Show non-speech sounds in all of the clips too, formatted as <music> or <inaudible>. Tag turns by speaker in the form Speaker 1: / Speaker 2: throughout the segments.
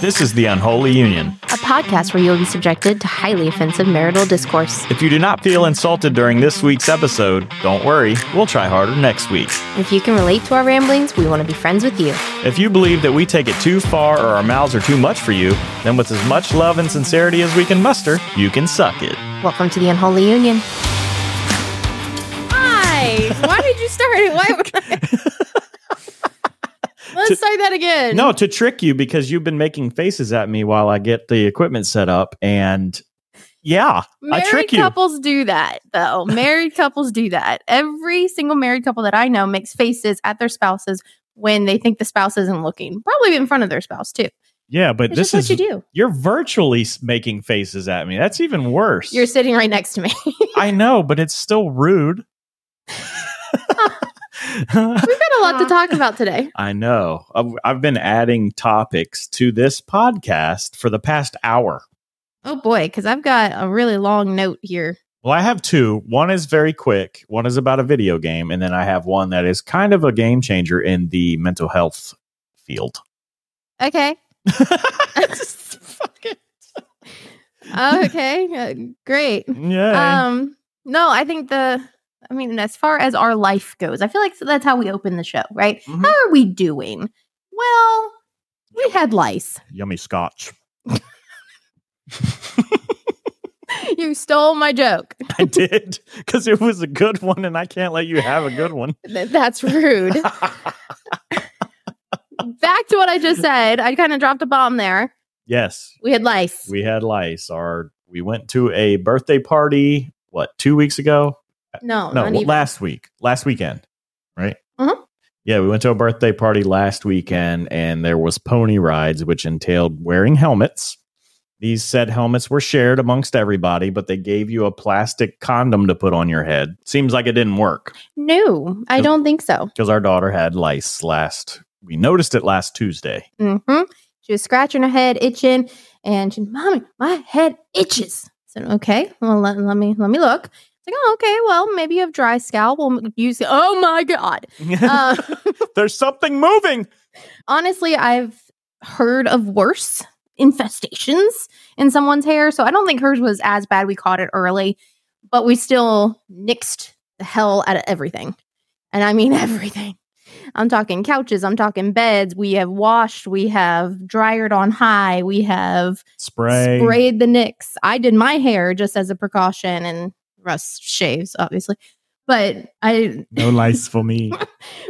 Speaker 1: This is The Unholy Union.
Speaker 2: a podcast where you'll be subjected to highly offensive marital discourse.
Speaker 1: If you do not feel insulted during this week's episode, don't worry, we'll try harder next week.
Speaker 2: If you can relate to our ramblings, we want to be friends with you.
Speaker 1: If you believe that we take it too far or our mouths are too much for you, then with as much love and sincerity as we can muster, you can suck it.
Speaker 2: Welcome to the Unholy Union.
Speaker 3: Why? Why did you start
Speaker 2: <laughs>
Speaker 3: it? Why? Let's start that again.
Speaker 1: No, to trick you because you've been making faces at me while I get the equipment set up and yeah,
Speaker 3: married
Speaker 1: I trick you.
Speaker 3: couples do that
Speaker 2: <laughs>
Speaker 3: though. Married couples do that. Every single married couple that I know makes faces at their spouses when they think the spouse isn't looking, probably in front of their spouse too.
Speaker 1: Yeah, but
Speaker 3: It's
Speaker 1: this
Speaker 3: just
Speaker 1: is
Speaker 3: what you do.
Speaker 1: you're virtually s- making faces at me. That's even worse.
Speaker 3: You're sitting right next to me.
Speaker 1: I know, but it's still
Speaker 3: <laughs>
Speaker 1: rude. <laughs>
Speaker 3: We've got a lot to talk about today.
Speaker 1: I know. I've, I've been adding topics to this podcast for the past hour.
Speaker 3: <laughs> Oh boy, because I've got a really long note here.
Speaker 1: Well, I have two. One is very quick, one is about a video game, and then I have one that is kind of a game changer in the mental health field.
Speaker 3: Okay.
Speaker 1: Just fucking-
Speaker 3: <laughs> <laughs> Okay. Uh, great.
Speaker 1: Yay.
Speaker 3: Um, no, I think the. I mean, as far as our life goes, I feel like that's how we open the show, right?
Speaker 1: Mhm.
Speaker 3: How are we doing? Well, we had lice.
Speaker 1: Yummy scotch.
Speaker 3: <laughs>
Speaker 1: <laughs>
Speaker 3: you stole my joke.
Speaker 1: I did because it was a good one, and I can't let you have a good one. <laughs>
Speaker 3: Th- That's rude. <laughs> Back to what I just said. I kind of dropped a bomb there.
Speaker 1: yes,
Speaker 3: We had lice.
Speaker 1: we had lice. Our we went to a birthday party. What two weeks ago?
Speaker 3: no,
Speaker 1: no,
Speaker 3: not
Speaker 1: well,
Speaker 3: even.
Speaker 1: last week, last weekend, right?
Speaker 3: Mhm.
Speaker 1: Yeah, we went to a birthday party last weekend, and there was pony rides, which entailed wearing helmets. These said helmets were shared amongst everybody, but they gave you a plastic condom to put on your head. Seems like it didn't work
Speaker 3: no, I don't think so.
Speaker 1: because our daughter had lice last. We noticed it last Tuesday.
Speaker 3: hmm She was scratching her head, itching, and she, mommy, my head itches. I said, okay, well let, let me let me look. It's like, oh, okay, well maybe you have dry scalp. We'll use. Oh my god. Uh,
Speaker 1: <laughs> There's something moving.
Speaker 3: honestly, I've heard of worse infestations in someone's hair, so I don't think hers was as bad. We caught it early, but we still nixed the hell out of everything, and I mean <laughs> everything. I'm talking couches. I'm talking beds. We have washed. We have dryered on high. We have
Speaker 1: Spray.
Speaker 3: sprayed the nicks. I did my hair just as a precaution, and Russ shaves, obviously. But I,
Speaker 1: No lice for
Speaker 3: <laughs>
Speaker 1: me.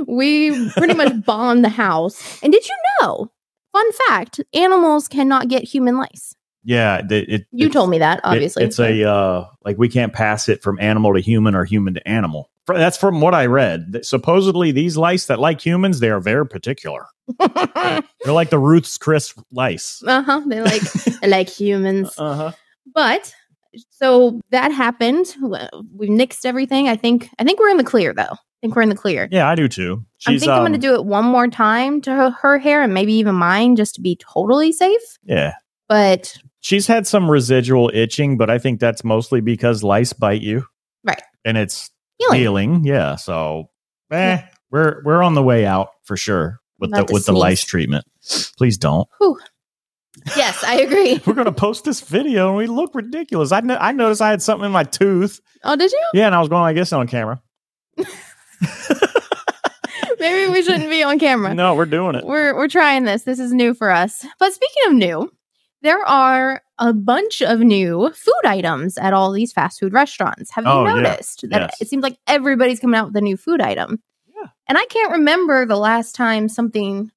Speaker 3: we
Speaker 1: <laughs>
Speaker 3: pretty much bond the house. And did you know? Fun fact: animals cannot get human lice.
Speaker 1: Yeah, it, it,
Speaker 3: You
Speaker 1: it's-
Speaker 3: told me that,
Speaker 1: It-
Speaker 3: obviously.
Speaker 1: it's a uh, like we can't pass it from animal to human or human to animal. Fr- That's from what I read. That Supposedly, these lice that like humans, they are very particular.
Speaker 3: <laughs> uh
Speaker 1: They're like the Ruth's Chris lice.
Speaker 3: huh. Uh-huh. They
Speaker 1: <laughs>
Speaker 3: like they like humans,
Speaker 1: Uh-huh.
Speaker 3: but so that happened. We nixed everything. I think. I think we're in the clear, though. I think we're in the clear.
Speaker 1: Yeah, I do too.
Speaker 3: I
Speaker 1: She's,
Speaker 3: think I'm going to
Speaker 1: um,
Speaker 3: do it one more time to her, her hair and maybe even mine, just to be totally safe.
Speaker 1: Yeah,
Speaker 3: But
Speaker 1: she's had some residual itching, but I think that's mostly because lice bite you,
Speaker 3: Right.
Speaker 1: And it's
Speaker 3: healing.
Speaker 1: healing. Yeah, so eh,
Speaker 3: Yeah.
Speaker 1: we're we're on the way out for sure with
Speaker 3: About
Speaker 1: the
Speaker 3: to
Speaker 1: with the
Speaker 3: sneeze.
Speaker 1: lice treatment. Please don't.
Speaker 3: Yes,
Speaker 1: <laughs>
Speaker 3: I agree.
Speaker 1: we're gonna post this video and we look ridiculous. I no- I noticed I had something in my tooth.
Speaker 3: Oh, did you?
Speaker 1: Yeah, and I was going like this on camera.
Speaker 3: Maybe we shouldn't be on camera.
Speaker 1: No, we're doing it.
Speaker 3: We're we're trying this. This is new for us. But speaking of new, there are a bunch of new food items at all these fast food restaurants. Have you
Speaker 1: Oh, yeah.
Speaker 3: noticed that
Speaker 1: Yes.
Speaker 3: it seems like everybody's coming out with a new food item?
Speaker 1: Yeah.
Speaker 3: And I can't remember the last time something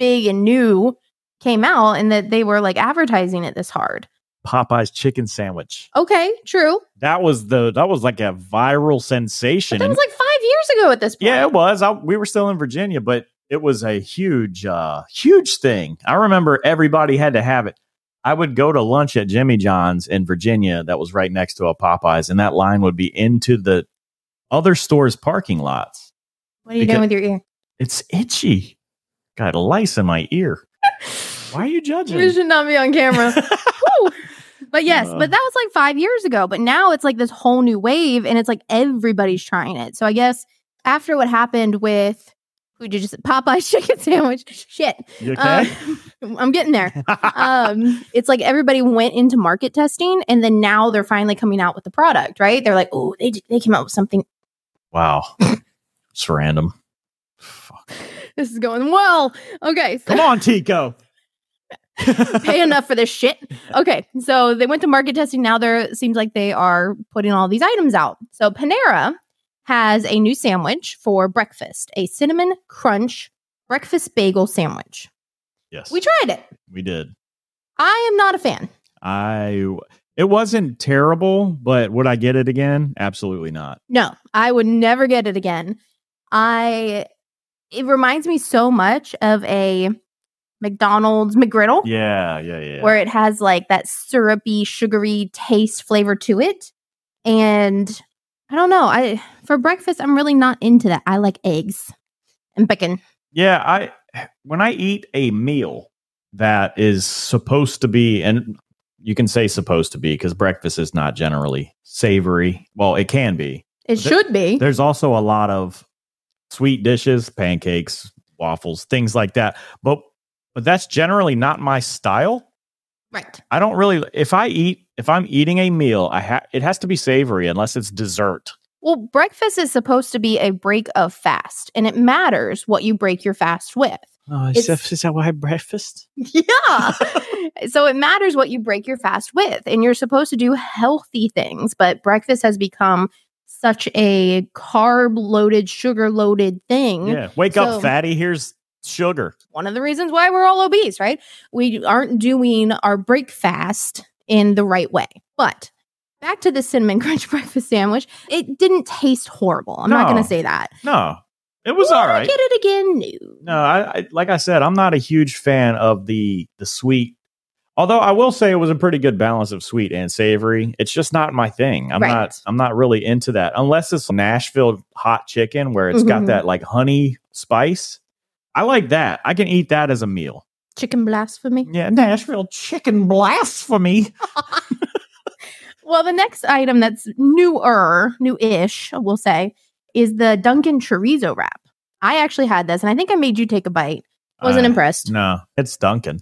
Speaker 3: big and new came out and that they were like advertising it this hard.
Speaker 1: Popeye's chicken sandwich.
Speaker 3: Okay, true.
Speaker 1: That was the that was like a viral sensation.
Speaker 3: But that
Speaker 1: And-
Speaker 3: was like 5 years ago at this point.
Speaker 1: yeah, it was. I, we were still in Virginia, but it was a huge, uh, huge thing. I remember everybody had to have it. I would go to lunch at Jimmy John's in Virginia, that was right next to a Popeyes, and that line would be into the other stores' parking lots.
Speaker 3: What are you doing with your ear?
Speaker 1: It's itchy. Got lice in my ear. Why are you
Speaker 3: We
Speaker 1: judging?
Speaker 3: should not be on <laughs> camera. Whew. But yes,
Speaker 1: Uh.
Speaker 3: but that was like five years ago. But now it's like this whole new wave, and it's like everybody's trying it. So I guess after what happened with We did just Popeye's <laughs> chicken sandwich. Shit.
Speaker 1: You
Speaker 3: Uh,
Speaker 1: okay?
Speaker 3: <laughs> I'm getting there. um, it's like everybody went into market testing, and then now they're finally coming out with the product, right? They're like, oh, they they came out with something.
Speaker 1: <laughs> wow. It's random. Fuck.
Speaker 3: This is going well. Okay, so
Speaker 1: Come on, Tico.
Speaker 3: pay enough for this shit. Okay, so they went to market testing. Now there seems like they are putting all these items out. So Panera has a new sandwich for breakfast, a cinnamon crunch breakfast bagel sandwich.
Speaker 1: yes.
Speaker 3: We tried it.
Speaker 1: we did.
Speaker 3: I am not a fan.
Speaker 1: I it wasn't terrible, but would I get it again? Absolutely not.
Speaker 3: No, I would never get it again. I it reminds me so much of a McDonald's McGriddle
Speaker 1: Yeah, yeah, yeah.
Speaker 3: where it has like that syrupy, sugary taste flavor to it. And I don't know. I for breakfast I'm really not into that. I like eggs and bacon.
Speaker 1: Yeah, I when I eat a meal that is supposed to be and you can say supposed to be because breakfast is not generally savory. Well, it can be.
Speaker 3: It
Speaker 1: There-
Speaker 3: should be.
Speaker 1: There's also a lot of sweet dishes, pancakes, waffles, things like that. But but that's generally not my style.
Speaker 3: Right.
Speaker 1: I don't really if I eat if I'm eating a meal, I ha- it has to be savory unless it's dessert.
Speaker 3: Well, breakfast is supposed to be a break of fast, and it matters what you break your fast with.
Speaker 1: Oh,
Speaker 3: is It's- that-
Speaker 1: how I breakfast?
Speaker 3: <laughs> Yeah. so it matters what you break your fast with. And you're supposed to do healthy things, but breakfast has become such a carb loaded, sugar loaded thing.
Speaker 1: Yeah. Wake
Speaker 3: Mm-hmm. So-
Speaker 1: up, fatty. Here's sugar.
Speaker 3: One of the reasons why we're all obese, right? We aren't doing our break fast in the right way. But back to the cinnamon <laughs> crunch breakfast sandwich, it didn't taste horrible. I'm not
Speaker 1: No.
Speaker 3: going to say that.
Speaker 1: No, it was all
Speaker 3: Would I
Speaker 1: right.
Speaker 3: Get it again? No.
Speaker 1: No, I, I like I said, I'm not a huge fan of the the sweet. Although I will say it was a pretty good balance of sweet and savory. It's just not my thing. I'm
Speaker 3: Right.
Speaker 1: not I'm not really into that unless it's Nashville hot chicken where it's
Speaker 3: Mhm.
Speaker 1: got that like honey spice. I like that. I can eat that as a meal.
Speaker 3: Chicken blasphemy.
Speaker 1: Yeah, Nashville chicken blasphemy.
Speaker 3: Well, the next item that's newer, new ish, we'll say, is the Dunkin' Chorizo wrap. I actually had this and I think I made you take a bite. Wasn't
Speaker 1: Uh,
Speaker 3: impressed.
Speaker 1: No, it's Dunkin'.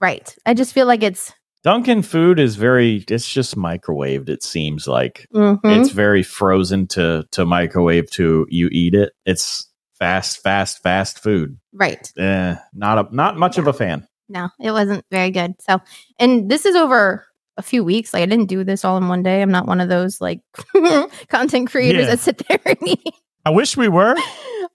Speaker 3: Right. I just feel like it's.
Speaker 1: Dunkin' food is very it's just microwaved. It seems like
Speaker 3: mhm.
Speaker 1: It's very frozen to to microwave to you eat it. It's fast, fast, fast food.
Speaker 3: right.
Speaker 1: Eh, not a not much of a fan.
Speaker 3: No, it wasn't very good. So, and this is over a few weeks. Like, I didn't do this all in one day. I'm not one of those like <laughs> content creators
Speaker 1: Yeah.
Speaker 3: that sit there and eat.
Speaker 1: I wish we were.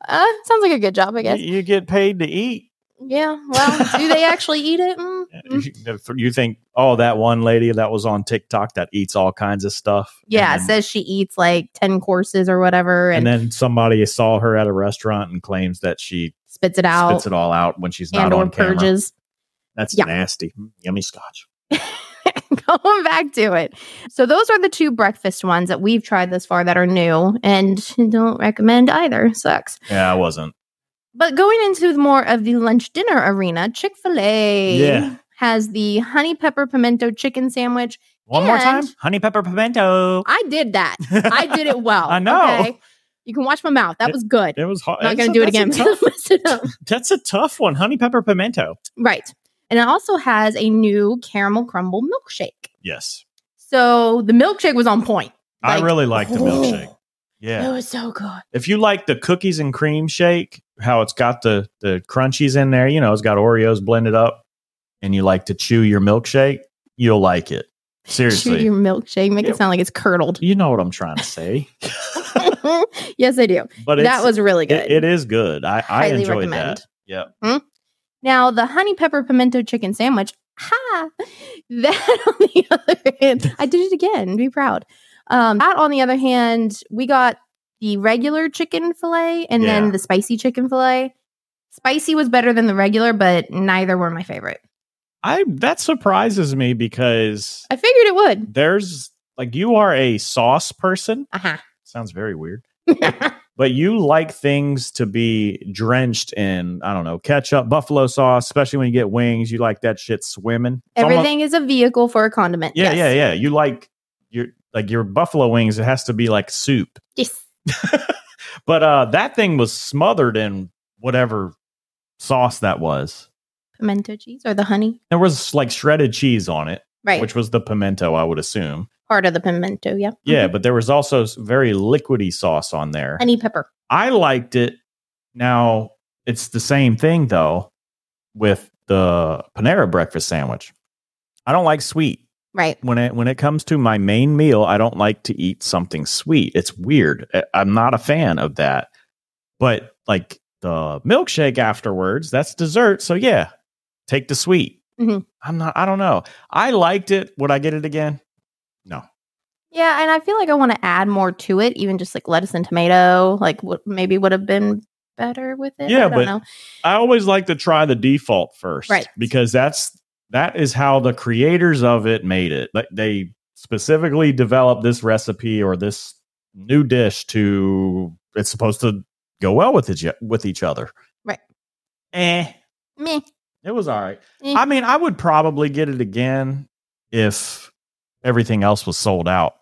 Speaker 3: Uh, sounds like a good job, I guess.
Speaker 1: You get paid to eat.
Speaker 3: Yeah. Well, do
Speaker 1: <laughs>
Speaker 3: they actually eat it? Mm, mm.
Speaker 1: You think, oh, that one lady that was on TikTok that eats all kinds of stuff.
Speaker 3: Yeah,
Speaker 1: And, then,
Speaker 3: says she eats like 10 courses or whatever and,
Speaker 1: and then somebody saw her at a restaurant and claims that she
Speaker 3: spits it out.
Speaker 1: spits it all out when she's
Speaker 3: and
Speaker 1: not
Speaker 3: or
Speaker 1: on camera.
Speaker 3: purges. <laughs>
Speaker 1: That's
Speaker 3: Yeah.
Speaker 1: nasty. Mm, Yummy scotch.
Speaker 3: Going back to it. So those are the two breakfast ones that we've tried this far that are new and <laughs> don't recommend either. Sucks.
Speaker 1: Yeah, I wasn't.
Speaker 3: But going into more of the lunch dinner arena, Chick-fil-A
Speaker 1: Yeah.
Speaker 3: has the honey pepper pimento chicken sandwich.
Speaker 1: One more time.
Speaker 3: And-
Speaker 1: Honey pepper pimento.
Speaker 3: I did that. I did it well.
Speaker 1: I know.
Speaker 3: You can watch my mouth. That
Speaker 1: It-
Speaker 3: was good.
Speaker 1: <laughs> It was hard.
Speaker 3: I'm not
Speaker 1: That's
Speaker 3: going
Speaker 1: a-
Speaker 3: to do it
Speaker 1: that's a
Speaker 3: again. <laughs>
Speaker 1: tough-
Speaker 3: Mess it up.
Speaker 1: That's a tough one. Honey pepper pimento.
Speaker 3: Right. And it also has a new caramel crumble milkshake.
Speaker 1: Yes.
Speaker 3: So the milkshake was on point.
Speaker 1: I really like the milkshake.
Speaker 3: It
Speaker 1: Yeah.
Speaker 3: was so good.
Speaker 1: If you like the cookies and cream shake, how it's got the the crunchies in there, you know, it's got Oreos blended up and you like to chew your milkshake, you'll like it.
Speaker 3: <laughs> Chew
Speaker 1: Seriously.
Speaker 3: your milkshake. Make it
Speaker 1: Yeah.
Speaker 3: sound like it's curdled.
Speaker 1: you know what I'm trying to
Speaker 3: <laughs>
Speaker 1: say.
Speaker 3: yes, I do.
Speaker 1: But it's,
Speaker 3: that was really good.
Speaker 1: it, it is good. I, I
Speaker 3: Highly
Speaker 1: enjoyed
Speaker 3: recommend. Hmm?
Speaker 1: that. Yeah.
Speaker 3: Now the honey pepper pimento chicken sandwich. Ha! <laughs> That on the other hand, I did it again. Be proud. Um, that on the other hand, we got the regular chicken fillet and
Speaker 1: Yeah.
Speaker 3: then the spicy chicken fillet. Spicy was better than the regular, but neither were my favorite.
Speaker 1: I that surprises me because
Speaker 3: I figured it would.
Speaker 1: there's like you are a sauce person.
Speaker 3: Uh-huh.
Speaker 1: Sounds very weird.
Speaker 3: <laughs>
Speaker 1: but you like things to be drenched in i don't know ketchup buffalo sauce especially when you get wings you like that shit swimming It's almost-
Speaker 3: Everything is a vehicle for a condiment.
Speaker 1: yeah
Speaker 3: yes.
Speaker 1: yeah yeah you like your like your buffalo wings it has to be like soup
Speaker 3: Yes.
Speaker 1: but uh that thing was smothered in whatever sauce that was.
Speaker 3: Pimento cheese or the honey.
Speaker 1: There was like shredded cheese on it,
Speaker 3: Right. Mm-hmm.
Speaker 1: which was the pimento, I would assume.
Speaker 3: Part of the pimento. Yeah.
Speaker 1: Yeah,
Speaker 3: Mhm.
Speaker 1: but there was also s- very liquidy sauce on there.
Speaker 3: Honey pepper.
Speaker 1: I liked it. Now it's the same thing though with the Panera breakfast sandwich. I don't like sweet.
Speaker 3: Right.
Speaker 1: when it when it comes to my main meal, I don't like to eat something sweet. It's weird. I- I'm not a fan of that. But like the milkshake afterwards, that's dessert. So yeah, take the sweet.
Speaker 3: Mhm.
Speaker 1: I'm not. I don't know. I liked it. Would I get it again?
Speaker 3: Yeah, and I feel like I want to add more to it, even just like lettuce and tomato. Like what maybe would have been better with it.
Speaker 1: Yeah,
Speaker 3: I don't
Speaker 1: but-
Speaker 3: know.
Speaker 1: I always like to try the default first,
Speaker 3: Right.
Speaker 1: Because that's that is how the creators of it made it. Like they specifically developed this recipe or this new dish to it's supposed to go well with each with each other,
Speaker 3: Right.
Speaker 1: Eh,
Speaker 3: Meh.
Speaker 1: it was all right.
Speaker 3: Eh.
Speaker 1: I mean, I would probably get it again if everything else was sold out.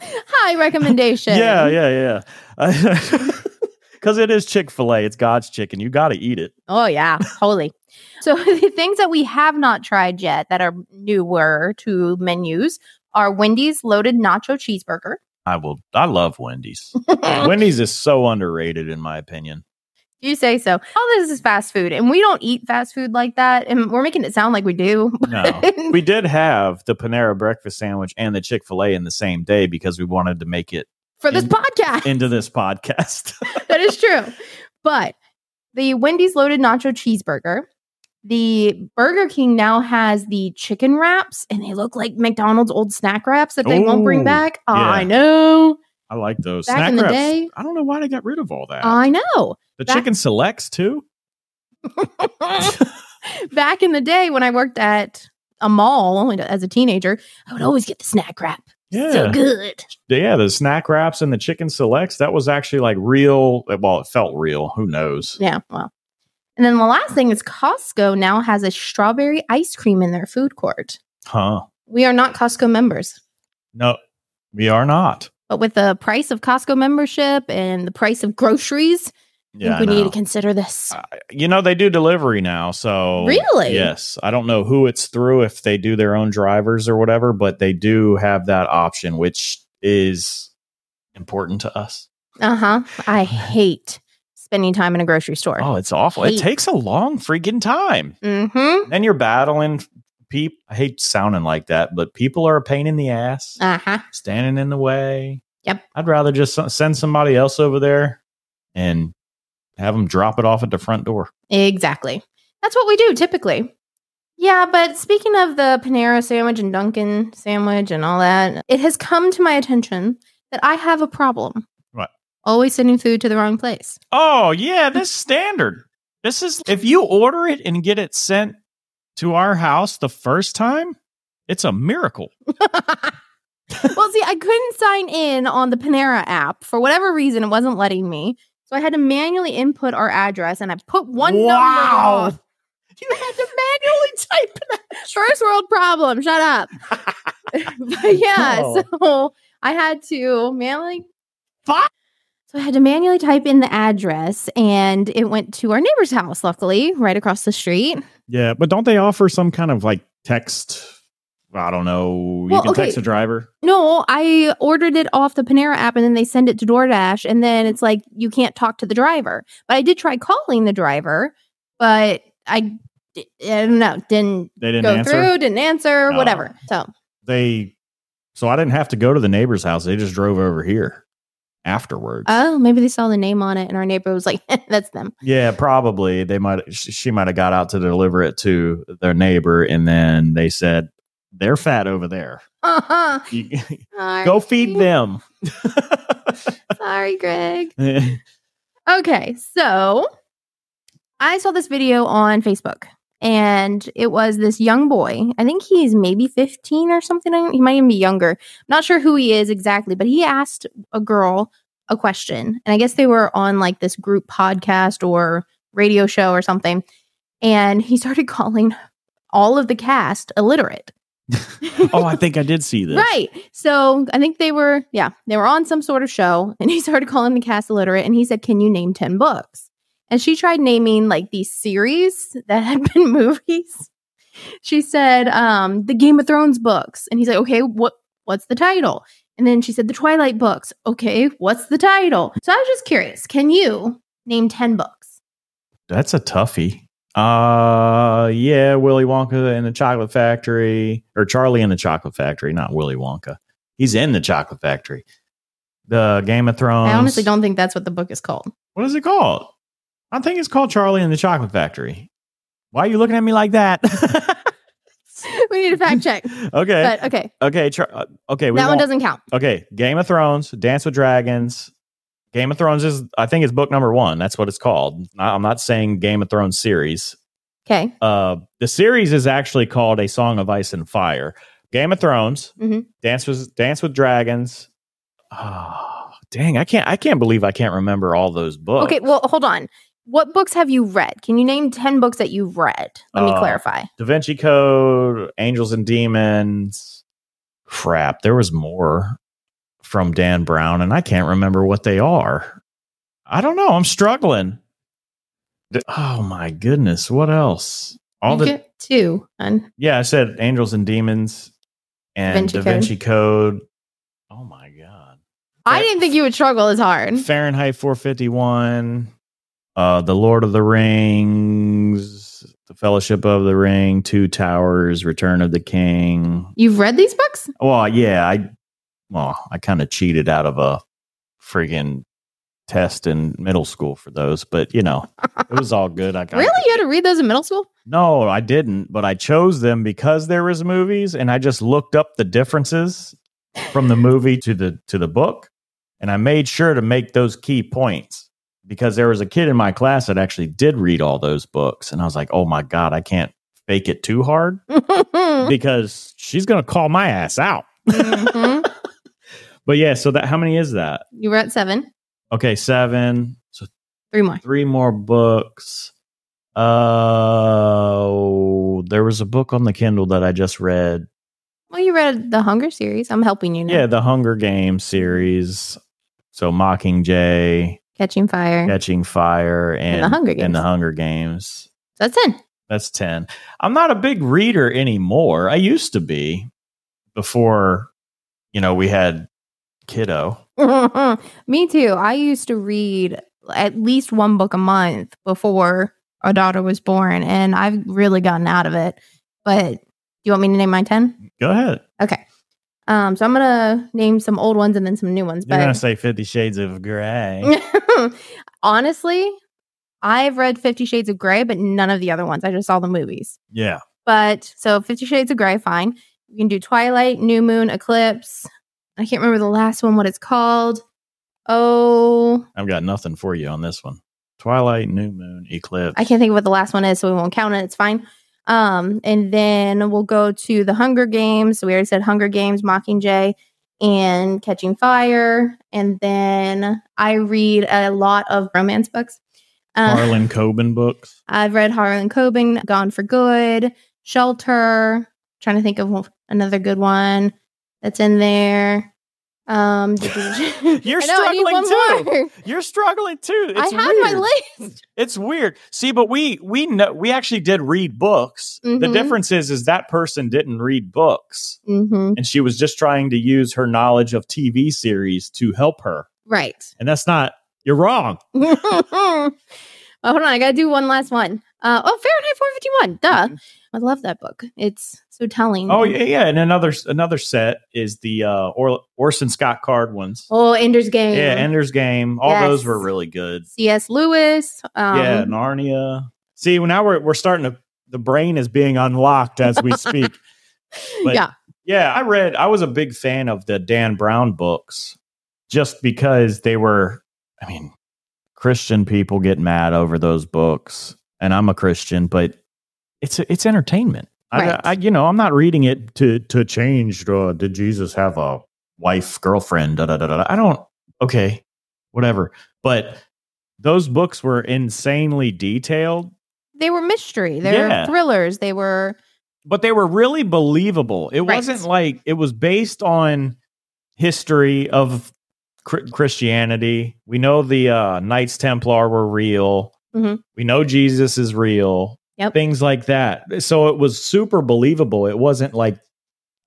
Speaker 3: High
Speaker 1: <laughs>
Speaker 3: recommendation.
Speaker 1: Yeah, yeah, yeah. <laughs> Because it is Chick Fil A. It's God's chicken. You got to eat it.
Speaker 3: Oh yeah, holy. So <laughs> the things that we have not tried yet that are newer to menus are Wendy's loaded nacho cheeseburger.
Speaker 1: I will. I love Wendy's.
Speaker 3: <laughs>
Speaker 1: Wendy's is so underrated, in my opinion.
Speaker 3: You say so. All this is fast food, and we don't eat fast food like that. And we're making it sound like we do. <laughs>
Speaker 1: No, we did have the Panera breakfast sandwich and the Chick Fil A in the same day because we wanted to make it
Speaker 3: for this
Speaker 1: In-
Speaker 3: podcast. <laughs>
Speaker 1: into this podcast.
Speaker 3: that is true. But the Wendy's loaded nacho cheeseburger, the Burger King now has the chicken wraps, and they look like McDonald's old snack wraps that they won't
Speaker 1: Ooh,
Speaker 3: bring back. I
Speaker 1: yeah.
Speaker 3: know.
Speaker 1: I like those
Speaker 3: Back
Speaker 1: snack
Speaker 3: in the
Speaker 1: wraps.
Speaker 3: day- Uh,
Speaker 1: I don't know why they got rid of all that.
Speaker 3: I know. <laughs>
Speaker 1: the
Speaker 3: back-
Speaker 1: chicken selects too.
Speaker 3: back in the day when I worked at a mall as a teenager, I would always get the snack wrap.
Speaker 1: Yeah,
Speaker 3: So good.
Speaker 1: yeah. The snack wraps and the chicken selects. That was actually like real. Well, it felt real. Who knows?
Speaker 3: Yeah, well. And then the last thing is Costco now has a strawberry ice cream in their food court.
Speaker 1: Huh?
Speaker 3: We are not Costco members,
Speaker 1: No, we are not.
Speaker 3: but with the price of Costco membership and the price of groceries, I
Speaker 1: Yeah,
Speaker 3: think
Speaker 1: I
Speaker 3: we need
Speaker 1: know. Uh,
Speaker 3: to consider this.
Speaker 1: you know they do delivery now so
Speaker 3: Really?
Speaker 1: yes i don't know who it's through if they do their own drivers or whatever but they do have that option which is important to us
Speaker 3: Uh huh.
Speaker 1: <sighs>
Speaker 3: I hate spending time in a grocery store.
Speaker 1: oh it's awful it
Speaker 3: Hate.
Speaker 1: takes a long freaking time
Speaker 3: Mm
Speaker 1: then you're battling people i hate sounding like that but people are a pain in the ass
Speaker 3: hmm. Uh huh.
Speaker 1: standing in the way
Speaker 3: Yep.
Speaker 1: i'd rather just s- send somebody else over there and have them drop it off at the front door
Speaker 3: Exactly. That's what we do typically. Yeah, but speaking of the Panera sandwich and Dunkin' sandwich and all that, it has come to my attention that I have a problem.
Speaker 1: What?
Speaker 3: Always sending food to the
Speaker 1: <laughs>
Speaker 3: wrong place.
Speaker 1: Oh, yeah, this standard. This is if you order it and get it sent to our house the first time, it's a miracle.
Speaker 3: well, see, I couldn't sign in on the Panera app for whatever reason. It wasn't letting me. So I had to manually input our address and I put one
Speaker 1: Wow.
Speaker 3: number. You had to manually <laughs> type in First world problem.
Speaker 1: <laughs>
Speaker 3: Shut up. but yeah,
Speaker 1: Oh.
Speaker 3: so I had to manually
Speaker 1: Fuck.
Speaker 3: So I had to manually type in the address and it went to our neighbor's house, luckily, right across the street.
Speaker 1: Yeah, but don't they offer some kind of like text? I don't know. You
Speaker 3: Well,
Speaker 1: can text
Speaker 3: okay.
Speaker 1: a driver.
Speaker 3: No, I ordered it off the Panera app and then they send it to DoorDash and then it's like you can't talk to the driver. But I did try calling the driver, but I, di- I don't know, didn't
Speaker 1: They didn't
Speaker 3: go
Speaker 1: answer.
Speaker 3: through, didn't answer,
Speaker 1: No.
Speaker 3: whatever. So
Speaker 1: They so I didn't have to go to the neighbor's house. They just drove over here afterwards.
Speaker 3: oh, maybe they saw the name on it and our neighbor was like, <laughs> that's them.
Speaker 1: Yeah, probably. They might. sh- She might have got out to deliver it to their neighbor, and then they said they're fat over there.
Speaker 3: Uh-huh.
Speaker 1: <laughs> You-
Speaker 3: Sorry.
Speaker 1: go feed them. <laughs>
Speaker 3: Sorry, Greg.
Speaker 1: Oh,
Speaker 3: Okay, so I saw this video on Facebook and it was this young boy. I think he's maybe 15 or something. I- He might even be younger. Not sure who he is exactly, but he asked a girl a question. And I guess they were on like this group podcast or radio <laughs> show or something. And he started calling all of the cast illiterate.
Speaker 1: oh, I think I did see this.
Speaker 3: Right. So I think they were, yeah, they were on some sort of show and he <laughs> started calling the cast illiterate and he said, Can you name 10 books? And she tried naming like these series that had <laughs> been movies. She said, um, the Game of Thrones books. And he's like, Okay, what what's the title? And then she said, The Twilight books. Okay, what's the title? So I was just curious, can you name 10 books?
Speaker 1: That's a toughie. Uh, yeah, Willy Wonka and the Chocolate Factory, or Charlie and the Chocolate Factory, not Willy Wonka. He's in the Chocolate Factory. The Game of Thrones.
Speaker 3: I honestly don't think that's what the book is called. <laughs>
Speaker 1: What is it called? I think it's called Charlie and the Chocolate Factory. Why are you looking at me like that? <laughs>
Speaker 3: we need a fact check.
Speaker 1: okay,
Speaker 3: But okay,
Speaker 1: okay, Char- uh, okay. We
Speaker 3: that one
Speaker 1: won't-
Speaker 3: doesn't count.
Speaker 1: Okay, Game of Thrones, Dance with Dragons. Game of Thrones is, I think, it's book number one. That's what it's called. I- I'm not saying Game of Thrones series.
Speaker 3: Okay.
Speaker 1: Uh, the series is actually called A Song of Ice and Fire. Game of Thrones,
Speaker 3: Mhm.
Speaker 1: Dance with Dance with Dragons. Oh, dang, I can't I can't believe I can't remember all those books.
Speaker 3: Okay, well, hold on. What books have you read? Can you name 10 books that you've read? Let me
Speaker 1: Uh,
Speaker 3: clarify.
Speaker 1: Da Vinci Code, Angels and Demons. Crap, there was more from Dan Brown, and I can't remember what they are. I don't know. I'm struggling. D- Oh my goodness, what else? All
Speaker 3: You
Speaker 1: the
Speaker 3: get two. And
Speaker 1: yeah, I said Angels and Demons and
Speaker 3: Vinci
Speaker 1: Da Vinci Code. Oh my god,
Speaker 3: I didn't think you would struggle as hard.
Speaker 1: Fahrenheit 451, uh, The Lord of the Rings, The Fellowship of the Ring, Two Towers, Return of the King.
Speaker 3: You've read these books?
Speaker 1: Well, yeah, I well, I kind of cheated out of a friggin' test in middle school for those, but you know, it was all good. I got
Speaker 3: Really? You had to read those in middle school? <laughs>
Speaker 1: No, I didn't, but I chose them because there was movies and I just looked up the differences from the movie to the to the book and I made sure to make those key points because there was a kid in my class that actually did read all those books and I was like, "Oh my god, I can't fake it too hard
Speaker 3: Mm-hmm.
Speaker 1: because she's going to call my ass out."
Speaker 3: Mhm.
Speaker 1: <laughs> But yeah, so that how many is that?
Speaker 3: You were at seven.
Speaker 1: Okay, 7. So
Speaker 3: Three more.
Speaker 1: three more books. Uh, there was a book on the Kindle that I just read.
Speaker 3: Well, you read the Hunger series. I'm helping you now.
Speaker 1: Yeah, the Hunger Games series. So Mockingjay,
Speaker 3: Catching Fire.
Speaker 1: Catching Fire, and,
Speaker 3: The Hunger
Speaker 1: and the
Speaker 3: Games.
Speaker 1: Hunger Games.
Speaker 3: That's 10.
Speaker 1: That's ten. I'm not a big reader anymore. I used to be before, you know, we had kiddo.
Speaker 3: me too. I used to read at least one book a month before our daughter was born, and I've really gotten out of it. But do you want me to name my 10?
Speaker 1: Go ahead.
Speaker 3: Okay. Um, so I'm gonna name some old ones and then some new ones.
Speaker 1: You're gonna
Speaker 3: But
Speaker 1: say Fifty Shades of
Speaker 3: <laughs>
Speaker 1: Grey.
Speaker 3: honestly, I've read Fifty Shades of Grey, but none of the other ones. I just saw the movies.
Speaker 1: yeah.
Speaker 3: But so Fifty Shades of Grey, fine. We can do Twilight, New Moon, Eclipse. I can't remember the last one, what it's called. Oh,
Speaker 1: I've got nothing for you on this one. Twilight, New Moon, Eclipse.
Speaker 3: I can't think of what the last one is, so we won't count it. It's fine. Um, and then we'll go to the Hunger Games. We already said Hunger Games, Mockingjay, and Catching Fire. And then I read a lot of romance books. Uh,
Speaker 1: Harlan Coben books.
Speaker 3: I've read Harlan Coben, Gone for Good, Shelter. Trying to think of one- another good one that's in there. Um,
Speaker 1: <laughs>
Speaker 3: <laughs>
Speaker 1: You're
Speaker 3: <laughs> I know, I need
Speaker 1: struggling
Speaker 3: one
Speaker 1: too.
Speaker 3: more.
Speaker 1: <laughs> You're struggling too. It's
Speaker 3: I had
Speaker 1: weird.
Speaker 3: my list.
Speaker 1: It's weird. See, but we we know we actually did read books. The
Speaker 3: Mhm.
Speaker 1: difference is is that person didn't read books
Speaker 3: hmm
Speaker 1: and she was just trying to use her knowledge of TV series to help her.
Speaker 3: Right. <laughs>
Speaker 1: And that's not you're wrong.
Speaker 3: oh, hold on, I gotta do one last one. Uh, oh, Fahrenheit 451. Duh, I love that book. It's so telling.
Speaker 1: Mm-hmm. Oh yeah, yeah. And another another set is the uh or- Orson Scott Card ones.
Speaker 3: Oh, Ender's Game.
Speaker 1: Yeah, Ender's Game. All those
Speaker 3: Yes.
Speaker 1: were really good.
Speaker 3: C.S. Lewis. Um,
Speaker 1: yeah, Narnia. See, well, now we're we're starting to the brain is being unlocked as
Speaker 3: <laughs>
Speaker 1: we speak. but-
Speaker 3: yeah.
Speaker 1: Yeah, I read. I was a big fan of the Dan Brown books, just because they were. I mean, Christian people get mad over those books, and I'm a Christian, but it's it's entertainment.
Speaker 3: Right.
Speaker 1: I, I, you know, I'm not reading it to to change. Uh, did Jesus have a wife, girlfriend? Da, da, da, da, da. I don't. Okay, whatever. But those books were insanely detailed.
Speaker 3: They were mystery. They
Speaker 1: Yeah.
Speaker 3: were thrillers. They were
Speaker 1: but they were really believable. It
Speaker 3: Right.
Speaker 1: wasn't like it was based on history of cr- Christianity. We know the uh, Knights Templar were real.
Speaker 3: Mhm.
Speaker 1: We know Jesus is real.
Speaker 3: Yep.
Speaker 1: Things like that. So it was super believable. It wasn't like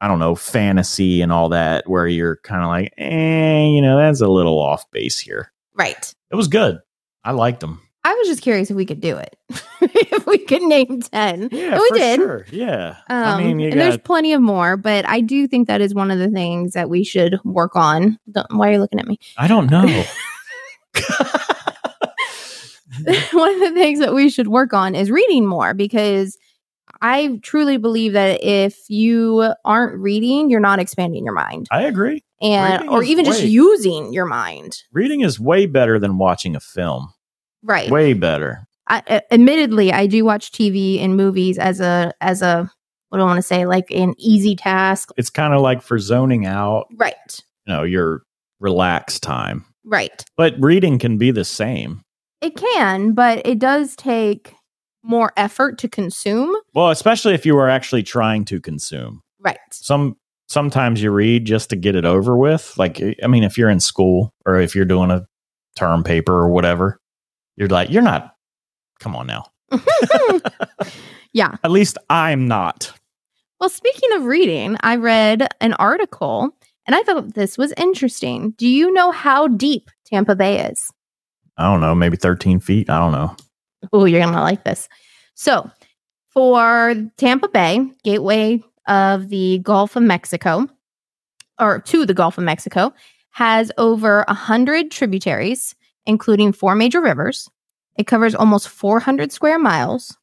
Speaker 1: I don't know fantasy and all that, where you're kind of like, eh, you know, that's a little off base here.
Speaker 3: Right.
Speaker 1: It was good. I liked
Speaker 3: <laughs>
Speaker 1: them.
Speaker 3: I was just curious if we could do it. <laughs> if we could name 10.
Speaker 1: Yeah,
Speaker 3: And we
Speaker 1: for
Speaker 3: Oh, did.
Speaker 1: Sure. Yeah.
Speaker 3: Um,
Speaker 1: I mean, you
Speaker 3: and there's
Speaker 1: got
Speaker 3: plenty of more, but I do think that is one of the things that we should work on. Don't- why are you looking
Speaker 1: <laughs>
Speaker 3: at me? <laughs>
Speaker 1: I don't know.
Speaker 3: one of the things that we should work on is reading more because I truly believe that if you aren't reading, you're not expanding your mind
Speaker 1: I agree.
Speaker 3: and
Speaker 1: Reading
Speaker 3: or
Speaker 1: is
Speaker 3: even just
Speaker 1: way-
Speaker 3: using your mind.
Speaker 1: Reading is way better than watching a film.
Speaker 3: Right.
Speaker 1: Way better.
Speaker 3: I, uh, admittedly, I do watch TV and movies as a as a what do I want to say like an easy task.
Speaker 1: It's kind of like for zoning out,
Speaker 3: Right.
Speaker 1: you know, your relaxed time.
Speaker 3: Right.
Speaker 1: But reading can be the same.
Speaker 3: It can, but it does take more effort to consume.
Speaker 1: Well, especially if you are actually trying to consume.
Speaker 3: Right.
Speaker 1: Some sometimes you read just to get it over with. Like eh, I mean, if you're in school or if you're doing a term paper or whatever, you're like, you're not come on now.
Speaker 3: <laughs> Yeah.
Speaker 1: At least I'm not.
Speaker 3: Well, speaking of reading, I read an article and I thought this was interesting. Do you know how deep Tampa Bay is?
Speaker 1: I don't know, maybe 13 feet. I don't know.
Speaker 3: Oh, you're going to like this. So, for Tampa Bay, gateway of the Gulf of Mexico, or to the Gulf of Mexico, has over 100 tributaries, including four major rivers. It covers almost 400 square miles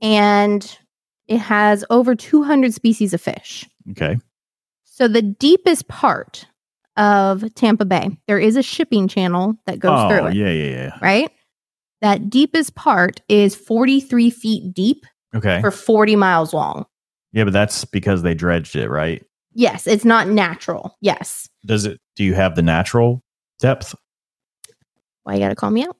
Speaker 3: and it has over 200 species of fish.
Speaker 1: Okay.
Speaker 3: So the deepest part of Tampa Bay, there is a shipping channel that goes
Speaker 1: oh,
Speaker 3: through it,
Speaker 1: Yeah, yeah, yeah.
Speaker 3: right? That deepest part is 43 feet deep
Speaker 1: Okay.
Speaker 3: for 40 miles long.
Speaker 1: Yeah, but that's because they dredged it, right?
Speaker 3: Yes, it's not natural. Yes.
Speaker 1: Does it do you have the natural depth?
Speaker 3: Why you got to
Speaker 1: <laughs>
Speaker 3: call me out?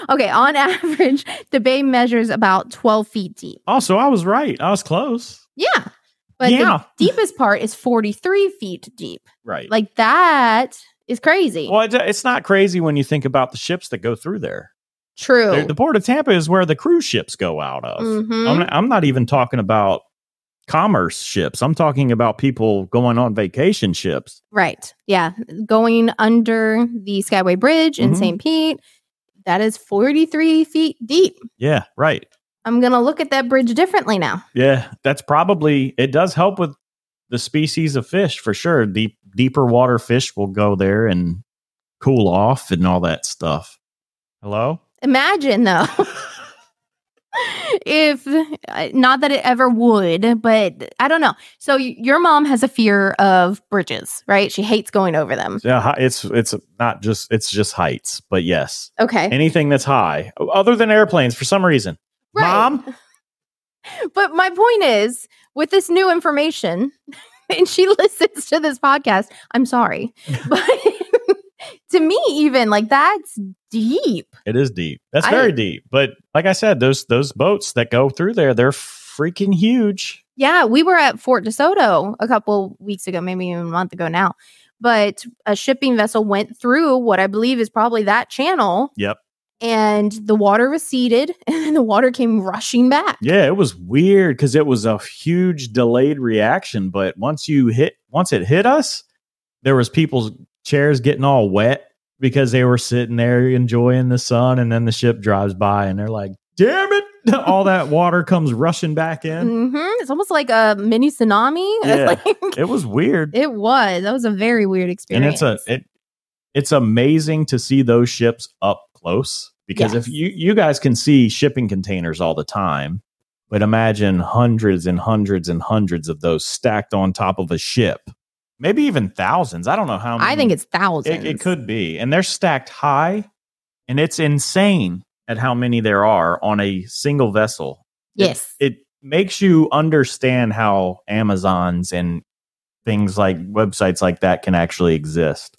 Speaker 3: <laughs> okay, on average, the bay measures about 12 feet deep.
Speaker 1: Also, I was right. I was close.
Speaker 3: Yeah. But
Speaker 1: Yeah.
Speaker 3: the deepest part is 43 feet deep.
Speaker 1: Right.
Speaker 3: Like that is crazy.
Speaker 1: well, it, it's not crazy when you think about the ships that go through there.
Speaker 3: True.
Speaker 1: They're- The port of Tampa is where the cruise ships go out of.
Speaker 3: Mhm.
Speaker 1: I'm, not, I'm not even talking about commerce ships. I'm talking about people going on vacation ships.
Speaker 3: Right. Yeah. Going under the Skyway Bridge in
Speaker 1: Mhm.
Speaker 3: St. Pete, that is 43 feet deep.
Speaker 1: Yeah, right.
Speaker 3: I'm going to look at that bridge differently now.
Speaker 1: Yeah, that's probably it does help with the species of fish for sure. Deep deeper water fish will go there and cool off and all that stuff. Hello?
Speaker 3: Imagine, though, if uh, not that it ever would, but I don't know. So, y- your mom has a fear of bridges, right? She hates going over them.
Speaker 1: Yeah, hi- it's it's not just it's just heights, but
Speaker 3: <laughs>
Speaker 1: yes.
Speaker 3: Okay.
Speaker 1: Anything that's high other than airplanes for some reason. Mom,
Speaker 3: But my point is, with this new information, <laughs> and she listens to this podcast, I'm sorry. But <laughs> to me, even like that's deep.
Speaker 1: it is deep. That's
Speaker 3: I-
Speaker 1: very deep. But like I said, those those boats that go through there, they're freaking huge.
Speaker 3: Yeah, we were at Fort DeSoto a couple weeks ago, maybe even a month ago now. But a shipping vessel went through what I believe is probably that channel.
Speaker 1: Yep.
Speaker 3: And the water receded <laughs> and then the water came rushing back.
Speaker 1: Yeah, it was weird because it was a huge delayed reaction. But once you hit, once it hit us, there was people's chairs getting all wet because they were sitting there enjoying the sun, and then the ship drives by, and they're like, "Damn it!" <laughs> all that water comes rushing back
Speaker 3: <laughs>
Speaker 1: in.
Speaker 3: hmm It's almost like a mini tsunami.
Speaker 1: Yeah.
Speaker 3: Like-
Speaker 1: It was weird,
Speaker 3: It was. That was a very weird
Speaker 1: and it's
Speaker 3: experience.
Speaker 1: a it, it's amazing to see those ships up close because if
Speaker 3: Yes.
Speaker 1: you you guys can see shipping containers all the time. But imagine hundreds and hundreds and hundreds of those stacked on top of a ship. Maybe even thousands. I don't know how many.
Speaker 3: I think it's thousands.
Speaker 1: it, it could be. And they're stacked high. And it's insane at how many there are on a single vessel.
Speaker 3: Yes.
Speaker 1: It makes you understand how Amazons and things like websites like that can actually exist.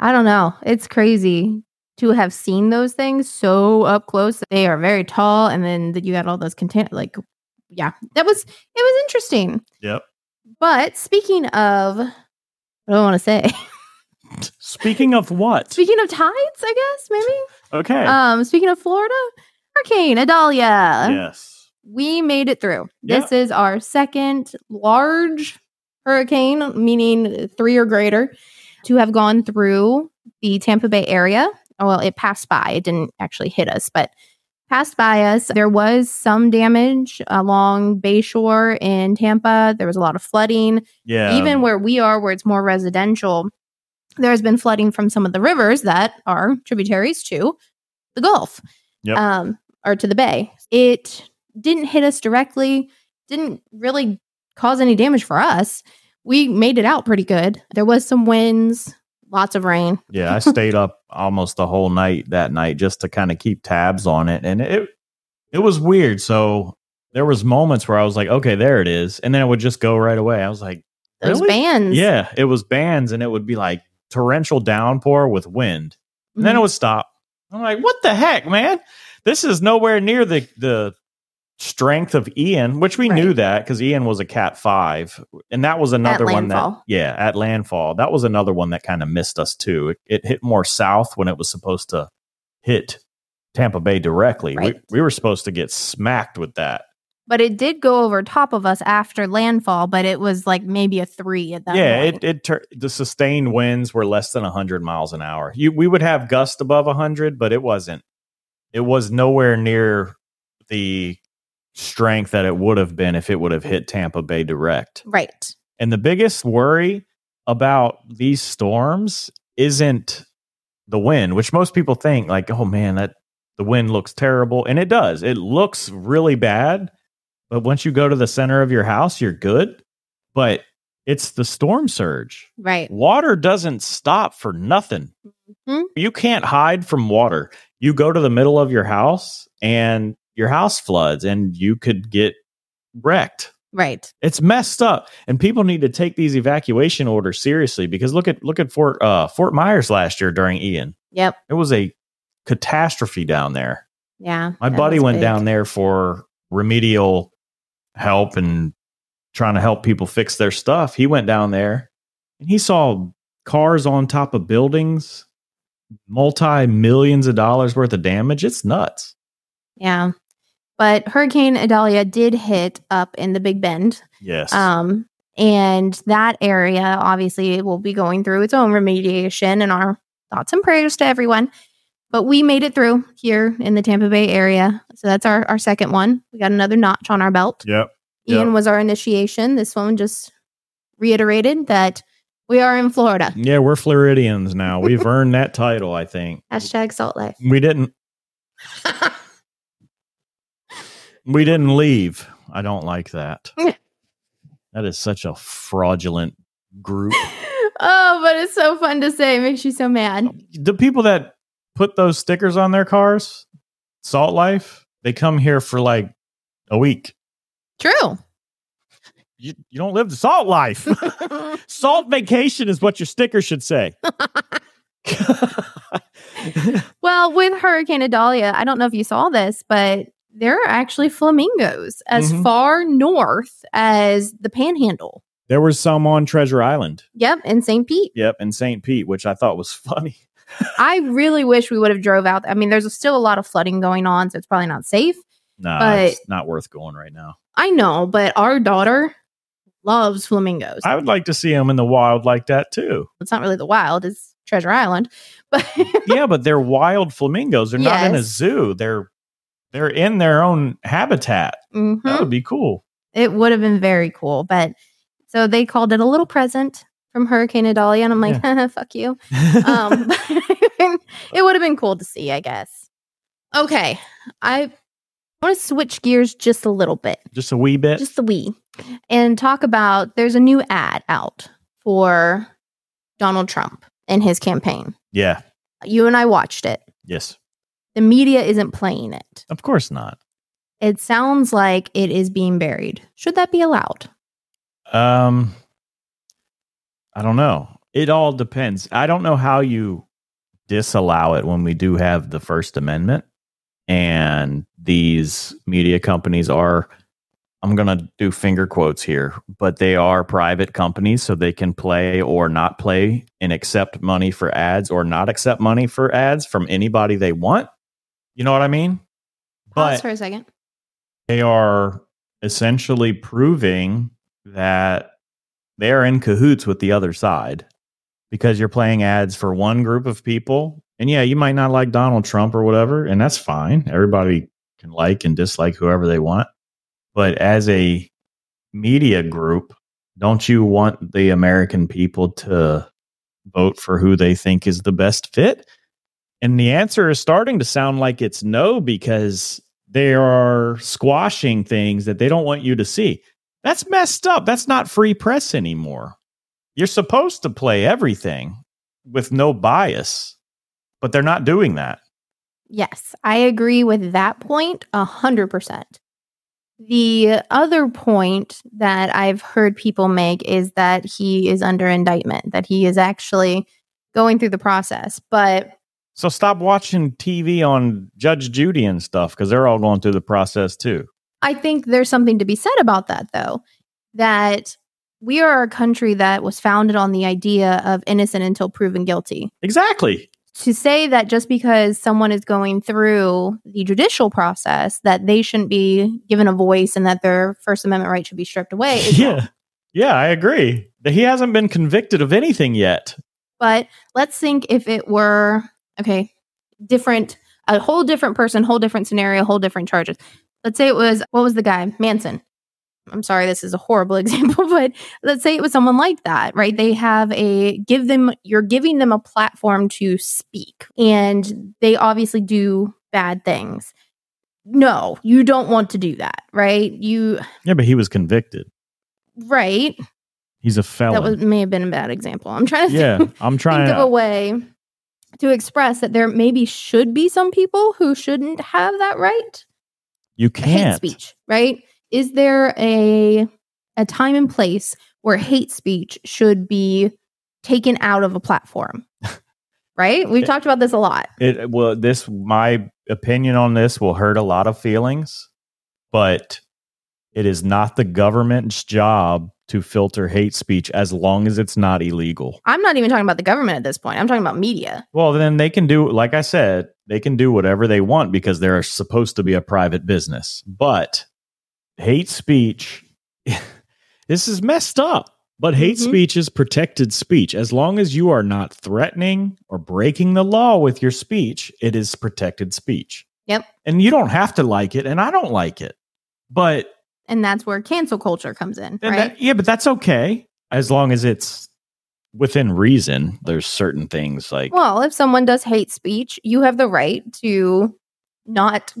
Speaker 3: I don't know. It's crazy to have seen those things so up close. They are very tall, and then that you got all those contain like yeah, that was it was interesting.
Speaker 1: Yep.
Speaker 3: But speaking of, what do I want to say? <laughs>
Speaker 1: Speaking of what?
Speaker 3: Speaking of tides, I guess maybe.
Speaker 1: Okay.
Speaker 3: Um, speaking of Florida, Hurricane Adalia.
Speaker 1: yes.
Speaker 3: we made it through.
Speaker 1: Yeah.
Speaker 3: This is our second large hurricane, meaning three or greater, to have gone through the Tampa Bay area. Well, it passed by, it didn't actually hit us, but passed by us. There was some damage along Bayshore in Tampa. There was a lot of flooding.
Speaker 1: Yeah.
Speaker 3: Even where we are, where it's more residential, there has been flooding from some of the rivers that are tributaries to the Gulf
Speaker 1: Yep.
Speaker 3: um, or to the bay. It didn't hit us directly, didn't really cause any damage for us. We made it out pretty good. There was some winds, lots of rain.
Speaker 1: Yeah, I stayed up almost the whole night that night just to kind of keep tabs on it, and it it was weird. So there was moments where I was like, "Okay, there it is," and then it would just go right away. I was like,
Speaker 3: Those
Speaker 1: Really?
Speaker 3: bands.
Speaker 1: "Yeah, it was bands," and it would be like torrential downpour with wind, and then it
Speaker 3: Mhm.
Speaker 1: would stop. I'm like, "What the heck, man? This is nowhere near the the." strength of Ian, which we
Speaker 3: Right.
Speaker 1: knew that because Ian was a cat five, and that was another one that
Speaker 3: landfall.
Speaker 1: yeah, at landfall. That was another one that kind of missed us too. It, it hit more south when it was supposed to hit Tampa Bay directly.
Speaker 3: Right.
Speaker 1: We, we were supposed to get smacked with that.
Speaker 3: But it did go over top of us after landfall, but it was like maybe a three at that
Speaker 1: yeah, it
Speaker 3: point.
Speaker 1: it tur- the sustained winds were less than 100 miles an hour. You we would have gusts above 100, but it wasn't. It was nowhere near the strength that it would have been if it would have hit Tampa Bay direct.
Speaker 3: right.
Speaker 1: And the biggest worry about these storms isn't the wind, which most people think like, oh man, that the wind looks terrible. And it does. It looks really bad. But once you go to the center of your house, you're good. But it's the storm surge.
Speaker 3: Right.
Speaker 1: Water doesn't stop for nothing.
Speaker 3: Mhm.
Speaker 1: You can't hide from water. You go to the middle of your house and your house floods and you could get wrecked.
Speaker 3: Right.
Speaker 1: It's messed up, and people need to take these evacuation orders seriously because look at look at Fort uh, Fort Myers last year during Ian.
Speaker 3: Yep.
Speaker 1: It was a catastrophe down there.
Speaker 3: Yeah.
Speaker 1: My
Speaker 3: that
Speaker 1: buddy
Speaker 3: was
Speaker 1: went
Speaker 3: big.
Speaker 1: down there for remedial help and trying to help people fix their stuff. He went down there and he saw cars on top of buildings, multi millions of dollars worth of damage. It's nuts.
Speaker 3: Yeah. But Hurricane Adalia did hit up in the Big Bend.
Speaker 1: Yes.
Speaker 3: Um, and that area obviously will be going through its own remediation and our thoughts and prayers to everyone. But we made it through here in the Tampa Bay area. So that's our, our second one. We got another notch on our belt.
Speaker 1: yep.
Speaker 3: Ian was our initiation. This one just reiterated that we are in Florida.
Speaker 1: Yeah, we're Floridians now. We've earned that title, I think.
Speaker 3: Hashtag salt life.
Speaker 1: We didn't. we didn't leave. I don't like that. that is such a fraudulent group.
Speaker 3: oh, but it's so fun to say. It makes you so mad.
Speaker 1: the people that put those stickers on their cars, Salt Life, they come here for like a week.
Speaker 3: True.
Speaker 1: You, you don't live the salt life. salt vacation is what your sticker should say.
Speaker 3: Well, with Hurricane Idalia, I don't know if you saw this, but there are actually flamingos as
Speaker 1: Mhm.
Speaker 3: far north as the Panhandle.
Speaker 1: there was some on Treasure Island.
Speaker 3: Yep, and St. Pete.
Speaker 1: Yep, in St. Pete, which I thought was funny.
Speaker 3: I really wish we would have drove out. I mean, there's still a lot of flooding going on, so it's probably not safe.
Speaker 1: Nah,
Speaker 3: But-
Speaker 1: it's not worth going right now.
Speaker 3: I know, but our daughter loves flamingos.
Speaker 1: I would like to see them in the wild like that too.
Speaker 3: it's not really the wild; it's Treasure Island. But
Speaker 1: yeah, but they're wild flamingos. They're not in a
Speaker 3: Yes.
Speaker 1: zoo. They're they're in their own habitat.
Speaker 3: Mhm.
Speaker 1: That would be
Speaker 3: <laughs>
Speaker 1: cool.
Speaker 3: it would have been very cool. But so they called it a little present from Hurricane Idalia, and I'm like, <laughs> fuck you. um, <laughs> it would have been cool to see, I guess. Okay, I want to switch gears just a little bit,
Speaker 1: Just a wee bit.
Speaker 3: just the wee, and talk about there's a new ad out for Donald Trump and his campaign.
Speaker 1: yeah.
Speaker 3: You and I watched it.
Speaker 1: Yes.
Speaker 3: The media isn't playing it.
Speaker 1: Of course not.
Speaker 3: It sounds like it is being buried. Should that be allowed?
Speaker 1: Um I don't know. It all depends. I don't know how you disallow it when we do have the first amendment and these media companies are I'm going to do finger quotes here, but they are private companies, so they can play or not play and accept money for ads or not accept money for ads from anybody they want. You know what I mean?
Speaker 3: Pause for a second.
Speaker 1: they are essentially proving that they're in cahoots with the other side because you're playing ads for one group of people. And yeah, you might not like Donald Trump or whatever, and that's fine. Everybody can like and dislike whoever they want. But as a media group, don't you want the American people to vote for who they think is the best fit? And the answer is starting to sound like it's no because they are squashing things that they don't want you to see. That's messed up. That's not free press anymore. You're supposed to play everything with no bias, but they're not doing that.
Speaker 3: Yes, I agree with that point a hundred percent. The other point that I've heard people make is that he is under indictment, that he is actually going through the process. But
Speaker 1: So stop watching TV on Judge Judy and stuff because they're all going through the process too.
Speaker 3: I think there's something to be said about that, though, that we are a country that was founded on the idea of innocent until proven guilty.
Speaker 1: Exactly.
Speaker 3: To say that just because someone is going through the judicial process, that they shouldn't be given a voice and that their First Amendment right should be stripped
Speaker 1: <laughs>
Speaker 3: away. is wrong.
Speaker 1: Yeah. Yeah, I agree. He hasn't been convicted of anything yet.
Speaker 3: But let's think if it were, okay, different, a whole different person, whole different scenario, whole different charges. Let's say it was, what was the guy? Manson. I'm sorry, this is a horrible <laughs> example, but let's say it was someone like that, right? They have a, give them, you're giving them a platform to speak, and they obviously do bad things. No, you don't want to do that, right? You,
Speaker 1: Yeah, but he was convicted.
Speaker 3: right?
Speaker 1: He's a felon.
Speaker 3: That was, may have been a bad example. I'm trying to <laughs>
Speaker 1: yeah,
Speaker 3: think-
Speaker 1: I'm trying
Speaker 3: think
Speaker 1: to.
Speaker 3: of a way to express that there maybe should be some people who shouldn't have that right.
Speaker 1: you
Speaker 3: Hate
Speaker 1: can't.
Speaker 3: speech, right? Is there a a time and place where hate speech should be taken out of
Speaker 1: <laughs>
Speaker 3: a platform? right? We've
Speaker 1: Yeah.
Speaker 3: talked about this a lot.
Speaker 1: It well, this my opinion on this will hurt a lot of feelings, but it is not the government's job to filter hate speech as long as it's not illegal.
Speaker 3: I'm not even talking about the government at this point. I'm talking about media.
Speaker 1: Well, then they can do, like I said, they can do whatever they want because they're supposed to be a private business. But hate speech, <laughs> this is messed up. But hate
Speaker 3: Mhm.
Speaker 1: speech is protected speech. As long as you are not threatening or breaking the law with your speech, it is protected speech.
Speaker 3: Yep.
Speaker 1: And you don't have to like it. And I don't like it. But
Speaker 3: And that's where cancel culture comes in,
Speaker 1: and
Speaker 3: right?
Speaker 1: that- yeah, but that's okay. As long as it's within reason, there's certain things like
Speaker 3: Well, if someone does hate speech, you have the right to not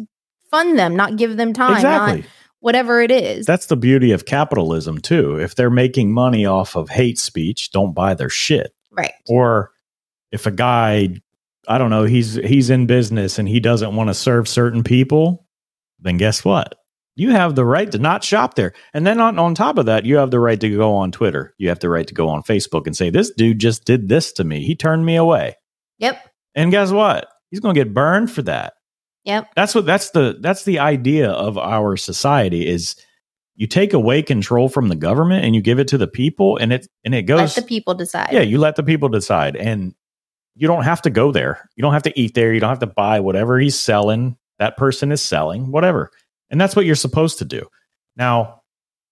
Speaker 3: fund them, not give them time, not
Speaker 1: exactly.
Speaker 3: whatever it is.
Speaker 1: That's the beauty of capitalism, too. If they're making money off of hate speech, don't buy their shit.
Speaker 3: right.
Speaker 1: Or if a guy, I don't know, he's he's in business and he doesn't want to serve certain people, then guess what? You have the right to not shop there. And then on, on top of that, you have the right to go on Twitter. You have the right to go on Facebook and say, This dude just did this to me. He turned me away.
Speaker 3: Yep.
Speaker 1: And guess what? He's gonna get burned for that
Speaker 3: Yep.
Speaker 1: that's what that's the that's the idea of our society is you take away control from the government and you give it to the people and it and it
Speaker 3: Let
Speaker 1: goes
Speaker 3: the people decide.
Speaker 1: yeah you let the people decide and you don't have to go there you don't have to eat there you don't have to buy whatever he's selling that person is selling whatever and that's what you're supposed to do now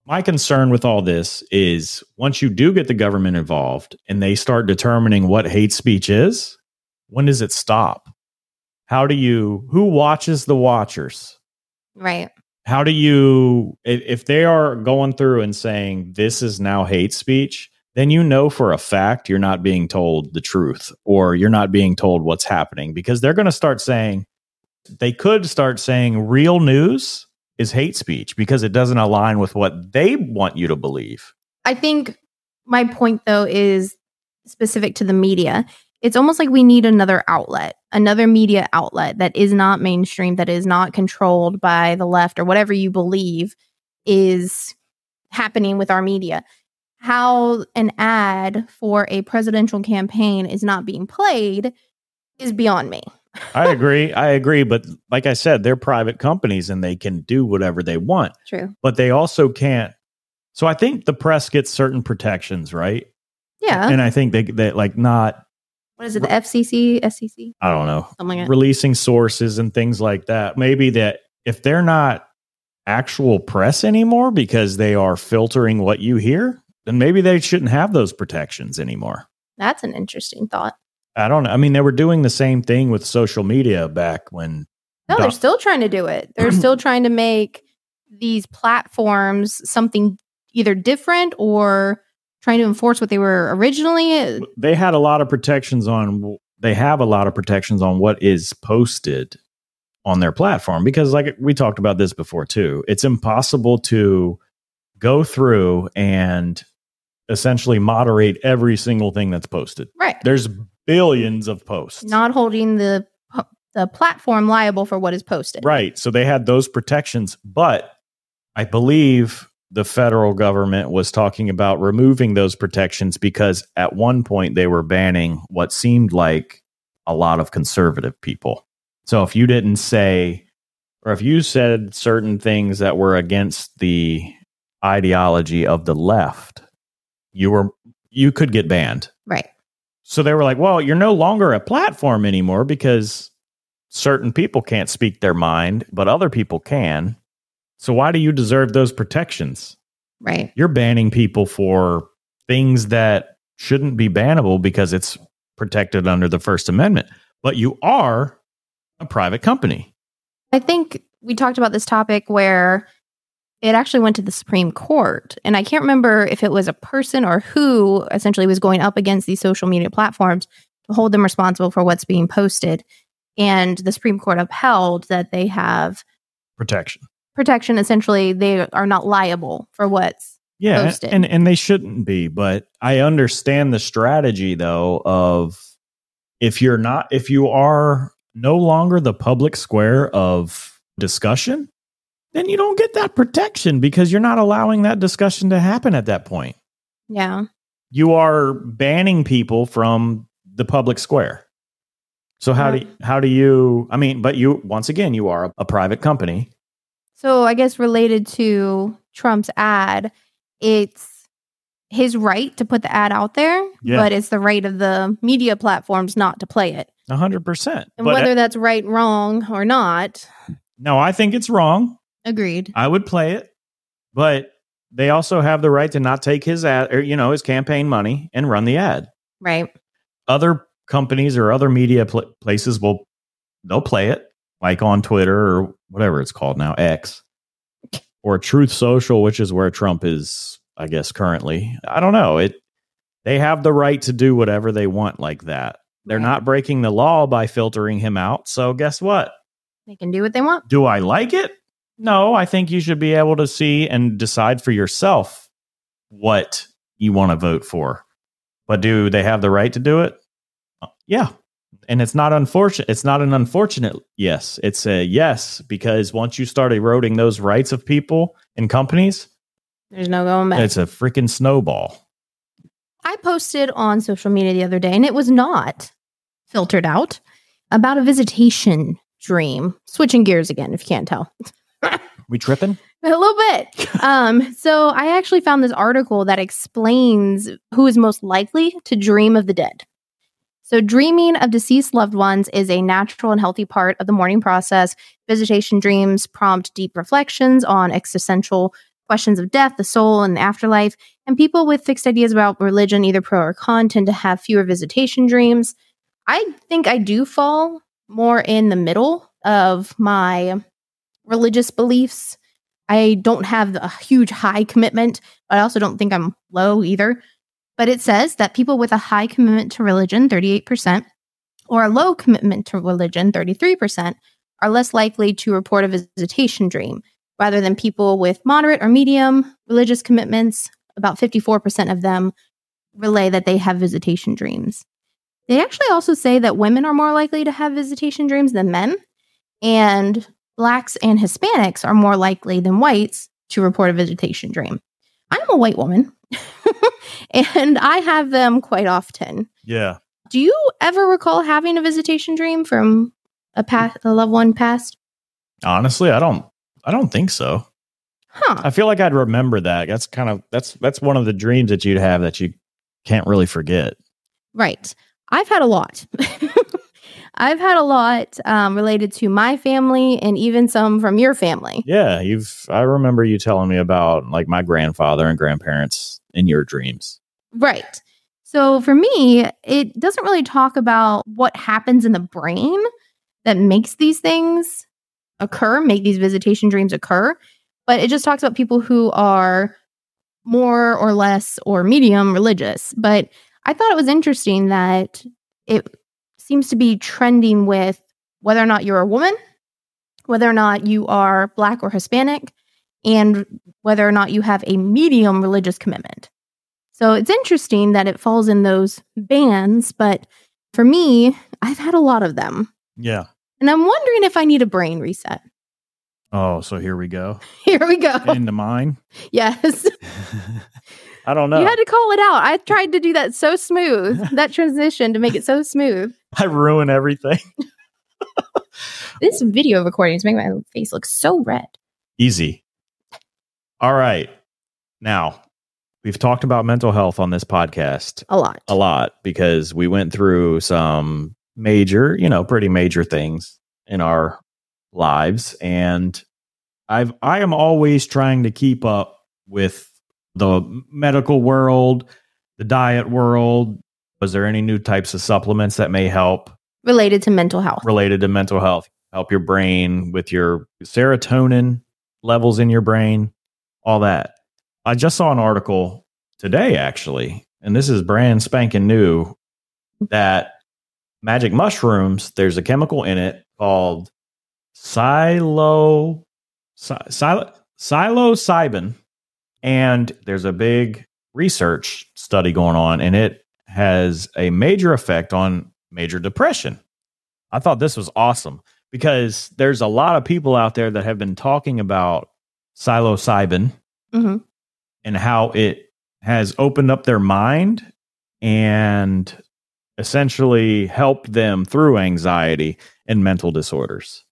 Speaker 1: my concern with all this is once you do get the government involved and they start determining what hate speech is when does it stop how do you who watches the watchers
Speaker 3: Right.
Speaker 1: how do you if, if they are going through and saying this is now hate speech then you know for a fact you're not being told the truth or you're not being told what's happening because they're going to start saying they could start saying real news is hate speech because it doesn't align with what they want you to believe
Speaker 3: I think my point though is specific to the media. It's almost like we need another outlet, another media outlet that is not mainstream, that is not controlled by the left or whatever you believe is happening with our media. How an ad for a presidential campaign is not being played is beyond me. <laughs>
Speaker 1: I agree. I agree. But like I said, they're private companies and they can do whatever they want,
Speaker 3: True.
Speaker 1: but they also can't. So I think the press gets certain protections, right?
Speaker 3: Yeah.
Speaker 1: And I think they, they like not,
Speaker 3: what is it? The FCC, SEC,
Speaker 1: I don't know,
Speaker 3: something like that.
Speaker 1: releasing sources and things like that. Maybe that if they're not actual press anymore because they are filtering what you hear, then maybe they shouldn't have those protections anymore.
Speaker 3: That's an interesting thought.
Speaker 1: I don't know. I mean, they were doing the same thing with social media back when
Speaker 3: No, they're
Speaker 1: Doc-
Speaker 3: still trying to do it.
Speaker 1: <clears throat>
Speaker 3: They're still trying to make these platforms something either different or trying to enforce what they were originally. uh,
Speaker 1: they had a lot of protections on they have a lot of protections on what is posted on their platform because like we talked about this before too it's impossible to go through and essentially moderate every single thing that's posted
Speaker 3: Right.
Speaker 1: there's billions of posts
Speaker 3: Not holding the the platform liable for what is posted.
Speaker 1: right so they had those protections but i believe the federal government was talking about removing those protections because at one point they were banning what seemed like a lot of conservative people so if you didn't say or if you said certain things that were against the ideology of the left you were you could get banned
Speaker 3: Right.
Speaker 1: so they were like, well, you're no longer a platform anymore because certain people can't speak their mind, but other people can. So why do you deserve those protections?
Speaker 3: Right.
Speaker 1: You're banning people for things that shouldn't be bannable because it's protected under the First Amendment, but you are a private company.
Speaker 3: I think we talked about this topic where it actually went to the Supreme Court. And I can't remember if it was a person or who essentially was going up against these social media platforms to hold them responsible for what's being posted. And the Supreme Court upheld that they have
Speaker 1: Protection.
Speaker 3: protection. Essentially, they are not liable for what's
Speaker 1: Yeah,
Speaker 3: Posted.
Speaker 1: and and they shouldn't be, but I understand the strategy though of if you're not if you are no longer the public square of discussion, then you don't get that protection because you're not allowing that discussion to happen at that point.
Speaker 3: yeah.
Speaker 1: You are banning people from the public square. So how do how do you I mean, but you once again you are a, a private company.
Speaker 3: So I guess related to Trump's ad, it's his right to put the ad out there,
Speaker 1: Yeah.
Speaker 3: but it's the right of the media platforms not to play it.
Speaker 1: 100%.
Speaker 3: And
Speaker 1: But uh,
Speaker 3: whether that's right, wrong, or not,
Speaker 1: no, I think it's wrong.
Speaker 3: agreed.
Speaker 1: I would play it, but they also have the right to not take his ad or you know his campaign money and run the ad.
Speaker 3: Right.
Speaker 1: Other companies or other media pl- places will they'll play it like on Twitter or whatever it's called now X or Truth Social, which is where Trump is, I guess currently. I don't know it. They have the right to do whatever they want like that. They're
Speaker 3: Right.
Speaker 1: not breaking the law by filtering him out. So guess what?
Speaker 3: They can do what they want.
Speaker 1: Do I like it? No, I think you should be able to see and decide for yourself what you want to vote for. But do they have the right to do it? Uh, Yeah. And it's not unfortunate. It's not an unfortunate yes. It's a yes because once you start eroding those rights of people and companies,
Speaker 3: There's no going back.
Speaker 1: it's a freaking snowball.
Speaker 3: I posted on social media the other day, and it was not filtered out about a visitation dream. Switching gears again, if you can't tell.
Speaker 1: We tripping?
Speaker 3: <laughs> A little bit. Um, so I actually found this article that explains who is most likely to dream of the dead. So dreaming of deceased loved ones is a natural and healthy part of the mourning process. Visitation dreams prompt deep reflections on existential questions of death, the soul, and the afterlife. And people with fixed ideas about religion, either pro or con, tend to have fewer visitation dreams. I think I do fall more in the middle of my religious beliefs. I don't have a huge high commitment, but I also don't think I'm low either. But it says that people with a high commitment to religion, 38%, or a low commitment to religion, 33%, are less likely to report a visitation dream, rather than people with moderate or medium religious commitments. About 54% of them relay that they have visitation dreams. They actually also say that women are more likely to have visitation dreams than men. And blacks and Hispanics are more likely than whites to report a visitation dream. I'm a white woman <laughs> and I have them quite often.
Speaker 1: Yeah.
Speaker 3: Do you ever recall having a visitation dream from a path a loved one passed?
Speaker 1: Honestly, I don't. I don't think so.
Speaker 3: Huh.
Speaker 1: I feel like I'd remember that. That's kind of that's that's one of the dreams that you'd have that you can't really forget.
Speaker 3: Right. I've had a lot. <laughs> I've had a lot um, related to my family and even some from your family.
Speaker 1: Yeah, you've. I remember you telling me about like my grandfather and grandparents in your dreams.
Speaker 3: Right. So for me, it doesn't really talk about what happens in the brain that makes these things occur, make these visitation dreams occur, but it just talks about people who are more or less or medium religious. But I thought it was interesting that it seems to be trending with whether or not you're a woman, whether or not you are black or Hispanic, and whether or not you have a medium religious commitment. So it's interesting that it falls in those bands, but for me, I've had a lot of them.
Speaker 1: Yeah.
Speaker 3: And I'm wondering if I need a brain reset. <laughs>
Speaker 1: Oh, so here we go
Speaker 3: Here we go.
Speaker 1: into <laughs> mine.
Speaker 3: yes.
Speaker 1: I don't know.
Speaker 3: You had to call it out. I tried to do that
Speaker 1: <laughs>
Speaker 3: so smooth, that transition to make it so smooth.
Speaker 1: I ruin everything.
Speaker 3: This video recording is making my face look so red.
Speaker 1: Easy. All right. Now, we've talked about mental health on this podcast
Speaker 3: A lot.
Speaker 1: a lot because we went through some major, you know, pretty major things in our lives and I've I am always trying to keep up with the medical world, the diet world. Was there any new types of supplements that may help?
Speaker 3: Related to mental health.
Speaker 1: related to mental health. Help your brain with your serotonin levels in your brain, all that. I just saw an article today, actually, and this is brand spanking new that magic mushrooms, there's a chemical in it called silo, si- silo, psilocybin. And there's a big research study going on, and it has a major effect on major depression. I thought this was awesome because there's a lot of people out there that have been talking about psilocybin
Speaker 3: hmm
Speaker 1: and how it has opened up their mind and essentially helped them through anxiety and mental disorders.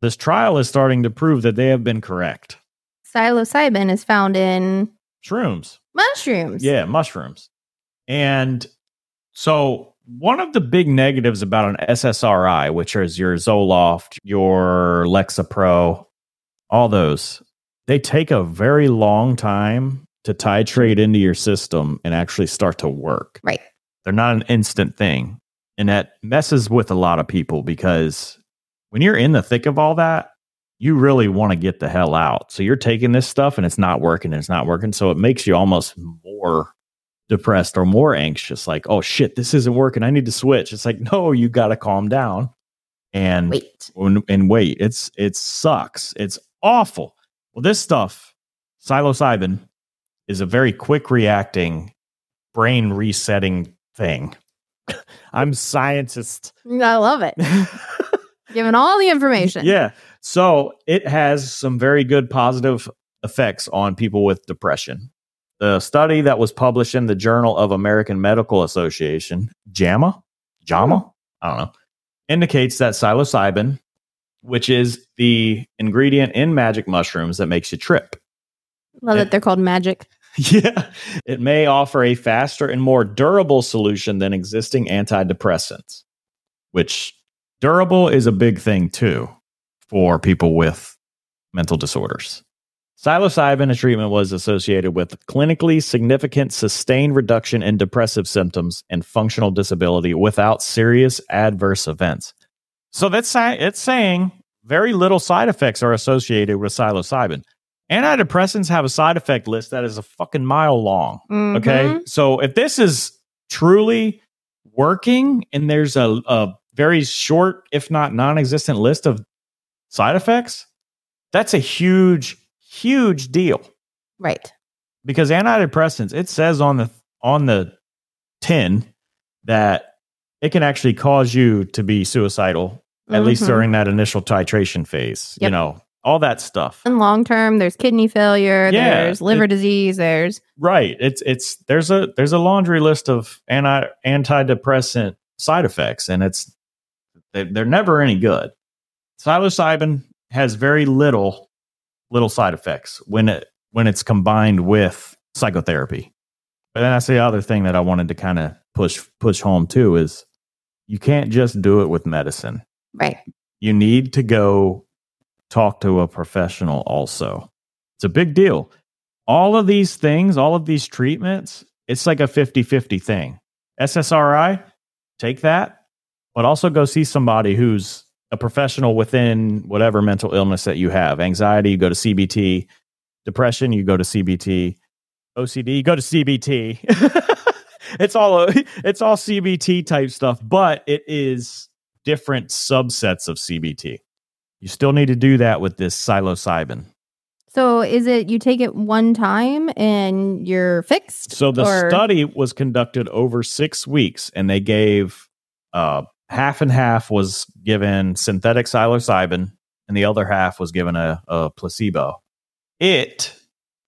Speaker 1: This trial is starting to prove that they have been correct.
Speaker 3: Psilocybin is found in
Speaker 1: Shrooms.
Speaker 3: mushrooms.
Speaker 1: Yeah, mushrooms. And so one of the big negatives about an SSRI, which is your Zoloft, your Lexapro, all those, they take a very long time to titrate into your system and actually start to work.
Speaker 3: Right.
Speaker 1: They're not an instant thing. And that messes with a lot of people because when you're in the thick of all that, you really want to get the hell out. So you're taking this stuff and it's not working and it's not working. So it makes you almost more depressed or more anxious. Like, oh shit, this isn't working. I need to switch. It's like, no, you got to calm down and
Speaker 3: Wait.
Speaker 1: and, Oh, and wait. It's it sucks. It's awful. Well, this stuff, psilocybin, is a very quick reacting, brain resetting thing. <laughs> I'm scientist.
Speaker 3: I
Speaker 1: <laughs>
Speaker 3: love it. Given all the information.
Speaker 1: Yeah. So it has some very good positive effects on people with depression. The study that was published in the Journal of American Medical Association, JAMA, JAMA, I don't know, indicates that psilocybin, which is the ingredient in magic mushrooms that makes you trip,
Speaker 3: Love that they're called magic.
Speaker 1: <laughs> yeah. It may offer a faster and more durable solution than existing antidepressants, which durable is a big thing too for people with mental disorders. Psilocybin treatment was associated with clinically significant sustained reduction in depressive symptoms and functional disability without serious adverse events. So that's si- it's saying very little side effects are associated with psilocybin. Antidepressants have a side effect list that is a fucking mile long. Okay.
Speaker 3: Mhm.
Speaker 1: So if this is truly working and there's a, a very short, if not non existent list of side effects, that's a huge, huge deal
Speaker 3: Right.
Speaker 1: because antidepressants, it says on the, on the tin that it can actually cause you to be suicidal, at least
Speaker 3: Mhm.
Speaker 1: during that initial titration phase, you
Speaker 3: Yep.
Speaker 1: know, all that stuff.
Speaker 3: And long term, there's kidney failure,
Speaker 1: Yeah,
Speaker 3: there's liver disease, there's
Speaker 1: Right. It's it's there's a there's a laundry list of anti antidepressant side effects, and it's they, they're never any good. psilocybin has very little little side effects when it when it's combined with psychotherapy. But then that's the other thing that I wanted to kind of push push home too is you can't just do it with medicine.
Speaker 3: Right.
Speaker 1: You need to go talk to a professional also. It's a big deal. All of these things, all of these treatments, it's like a 50-50 thing. SSRI, take that, but also go see somebody who's a professional within whatever mental illness that you have. Anxiety, you go to CBT. Depression, you go to CBT. OCD, you go to CBT. <laughs> it's all it's all CBT type stuff, but it is different subsets of CBT. You still need to do that with this psilocybin.
Speaker 3: So is it you take it one time and you're fixed?
Speaker 1: So the
Speaker 3: Or-
Speaker 1: study was conducted over six weeks, and they gave uh, half and half was given synthetic psilocybin, and the other half was given a, a placebo. It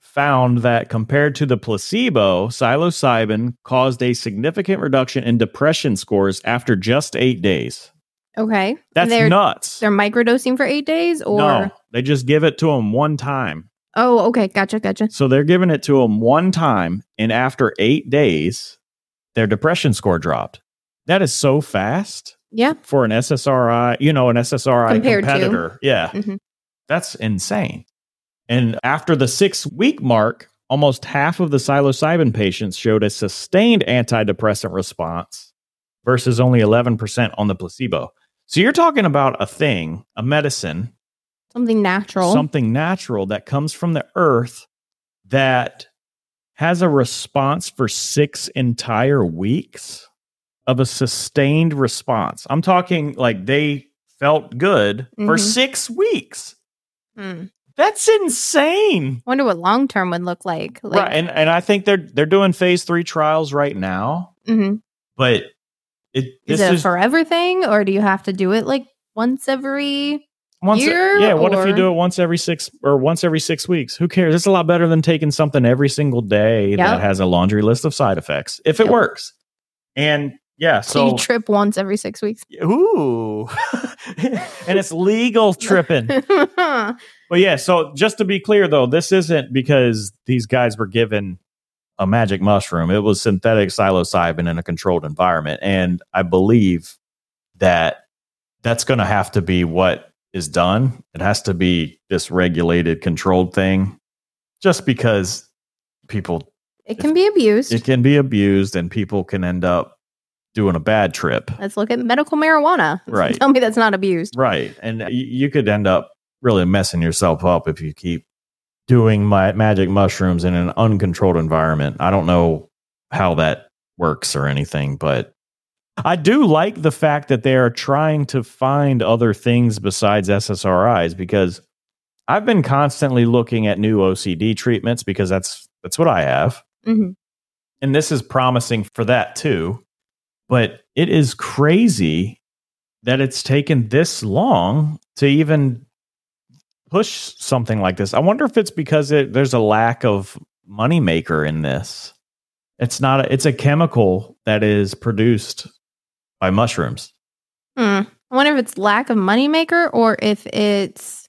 Speaker 1: found that compared to the placebo, psilocybin caused a significant reduction in depression scores after just eight days.
Speaker 3: Okay. And
Speaker 1: That's
Speaker 3: they're,
Speaker 1: nuts.
Speaker 3: They're microdosing for eight days or
Speaker 1: no, they just give it to them one time.
Speaker 3: Oh, okay. Gotcha. Gotcha.
Speaker 1: So they're giving it to them one time, and after eight days, their depression score dropped. That is so fast
Speaker 3: Yeah.
Speaker 1: for an SSRI, you know, an SSRI
Speaker 3: Compared to.
Speaker 1: competitor. Yeah.
Speaker 3: Mhm.
Speaker 1: That's insane. And after the six week mark, almost half of the psilocybin patients showed a sustained antidepressant response versus only 11% on the placebo. So you're talking about a thing, a medicine
Speaker 3: Something natural.
Speaker 1: something natural that comes from the earth that has a response for six entire weeks of a sustained response. I'm talking like they felt good for
Speaker 3: Mhm.
Speaker 1: six weeks.
Speaker 3: Hmm.
Speaker 1: That's insane.
Speaker 3: Wonder what long term would look like. like
Speaker 1: right. And and I think they're they're doing phase three trials right now,
Speaker 3: mhm.
Speaker 1: but it
Speaker 3: Is
Speaker 1: this
Speaker 3: it a
Speaker 1: is
Speaker 3: forever thing or do you have to do it like once every
Speaker 1: once
Speaker 3: year,
Speaker 1: yeah, what if you
Speaker 3: or-
Speaker 1: do it once every six or once every six weeks? Who cares? It's a lot better than taking something every single day that
Speaker 3: Yep.
Speaker 1: has a laundry list of side effects. If it
Speaker 3: Yep.
Speaker 1: works, and yeah,
Speaker 3: so
Speaker 1: so
Speaker 3: you trip once every six weeks? <laughs>
Speaker 1: ooh, <laughs> and it's legal tripping. But yeah, so just to be clear though, this isn't because these guys were given a magic mushroom. It was synthetic psilocybin in a controlled environment. And I believe that that's going to have to be what is done. It has to be this regulated, controlled thing just because people,
Speaker 3: it can be abused.
Speaker 1: it can be abused and people can end up doing a bad trip.
Speaker 3: Let's look at medical marijuana.
Speaker 1: Right.
Speaker 3: Tell me that's not abused.
Speaker 1: Right. And y- you could end up really messing yourself up if you keep doing my magic mushrooms in an uncontrolled environment. I don't know how that works or anything, but I do like the fact that they are trying to find other things besides SSRIs because I've been constantly looking at new OCD treatments because that's that's what I have
Speaker 3: Mhm.
Speaker 1: and this is promising for that too. But it is crazy that it's taken this long to even push something like this. I wonder if it's because it, there's a lack of moneymaker in this. It's not. A, it's a chemical that is produced by mushrooms.
Speaker 3: Hmm. I wonder if it's lack of moneymaker or if it's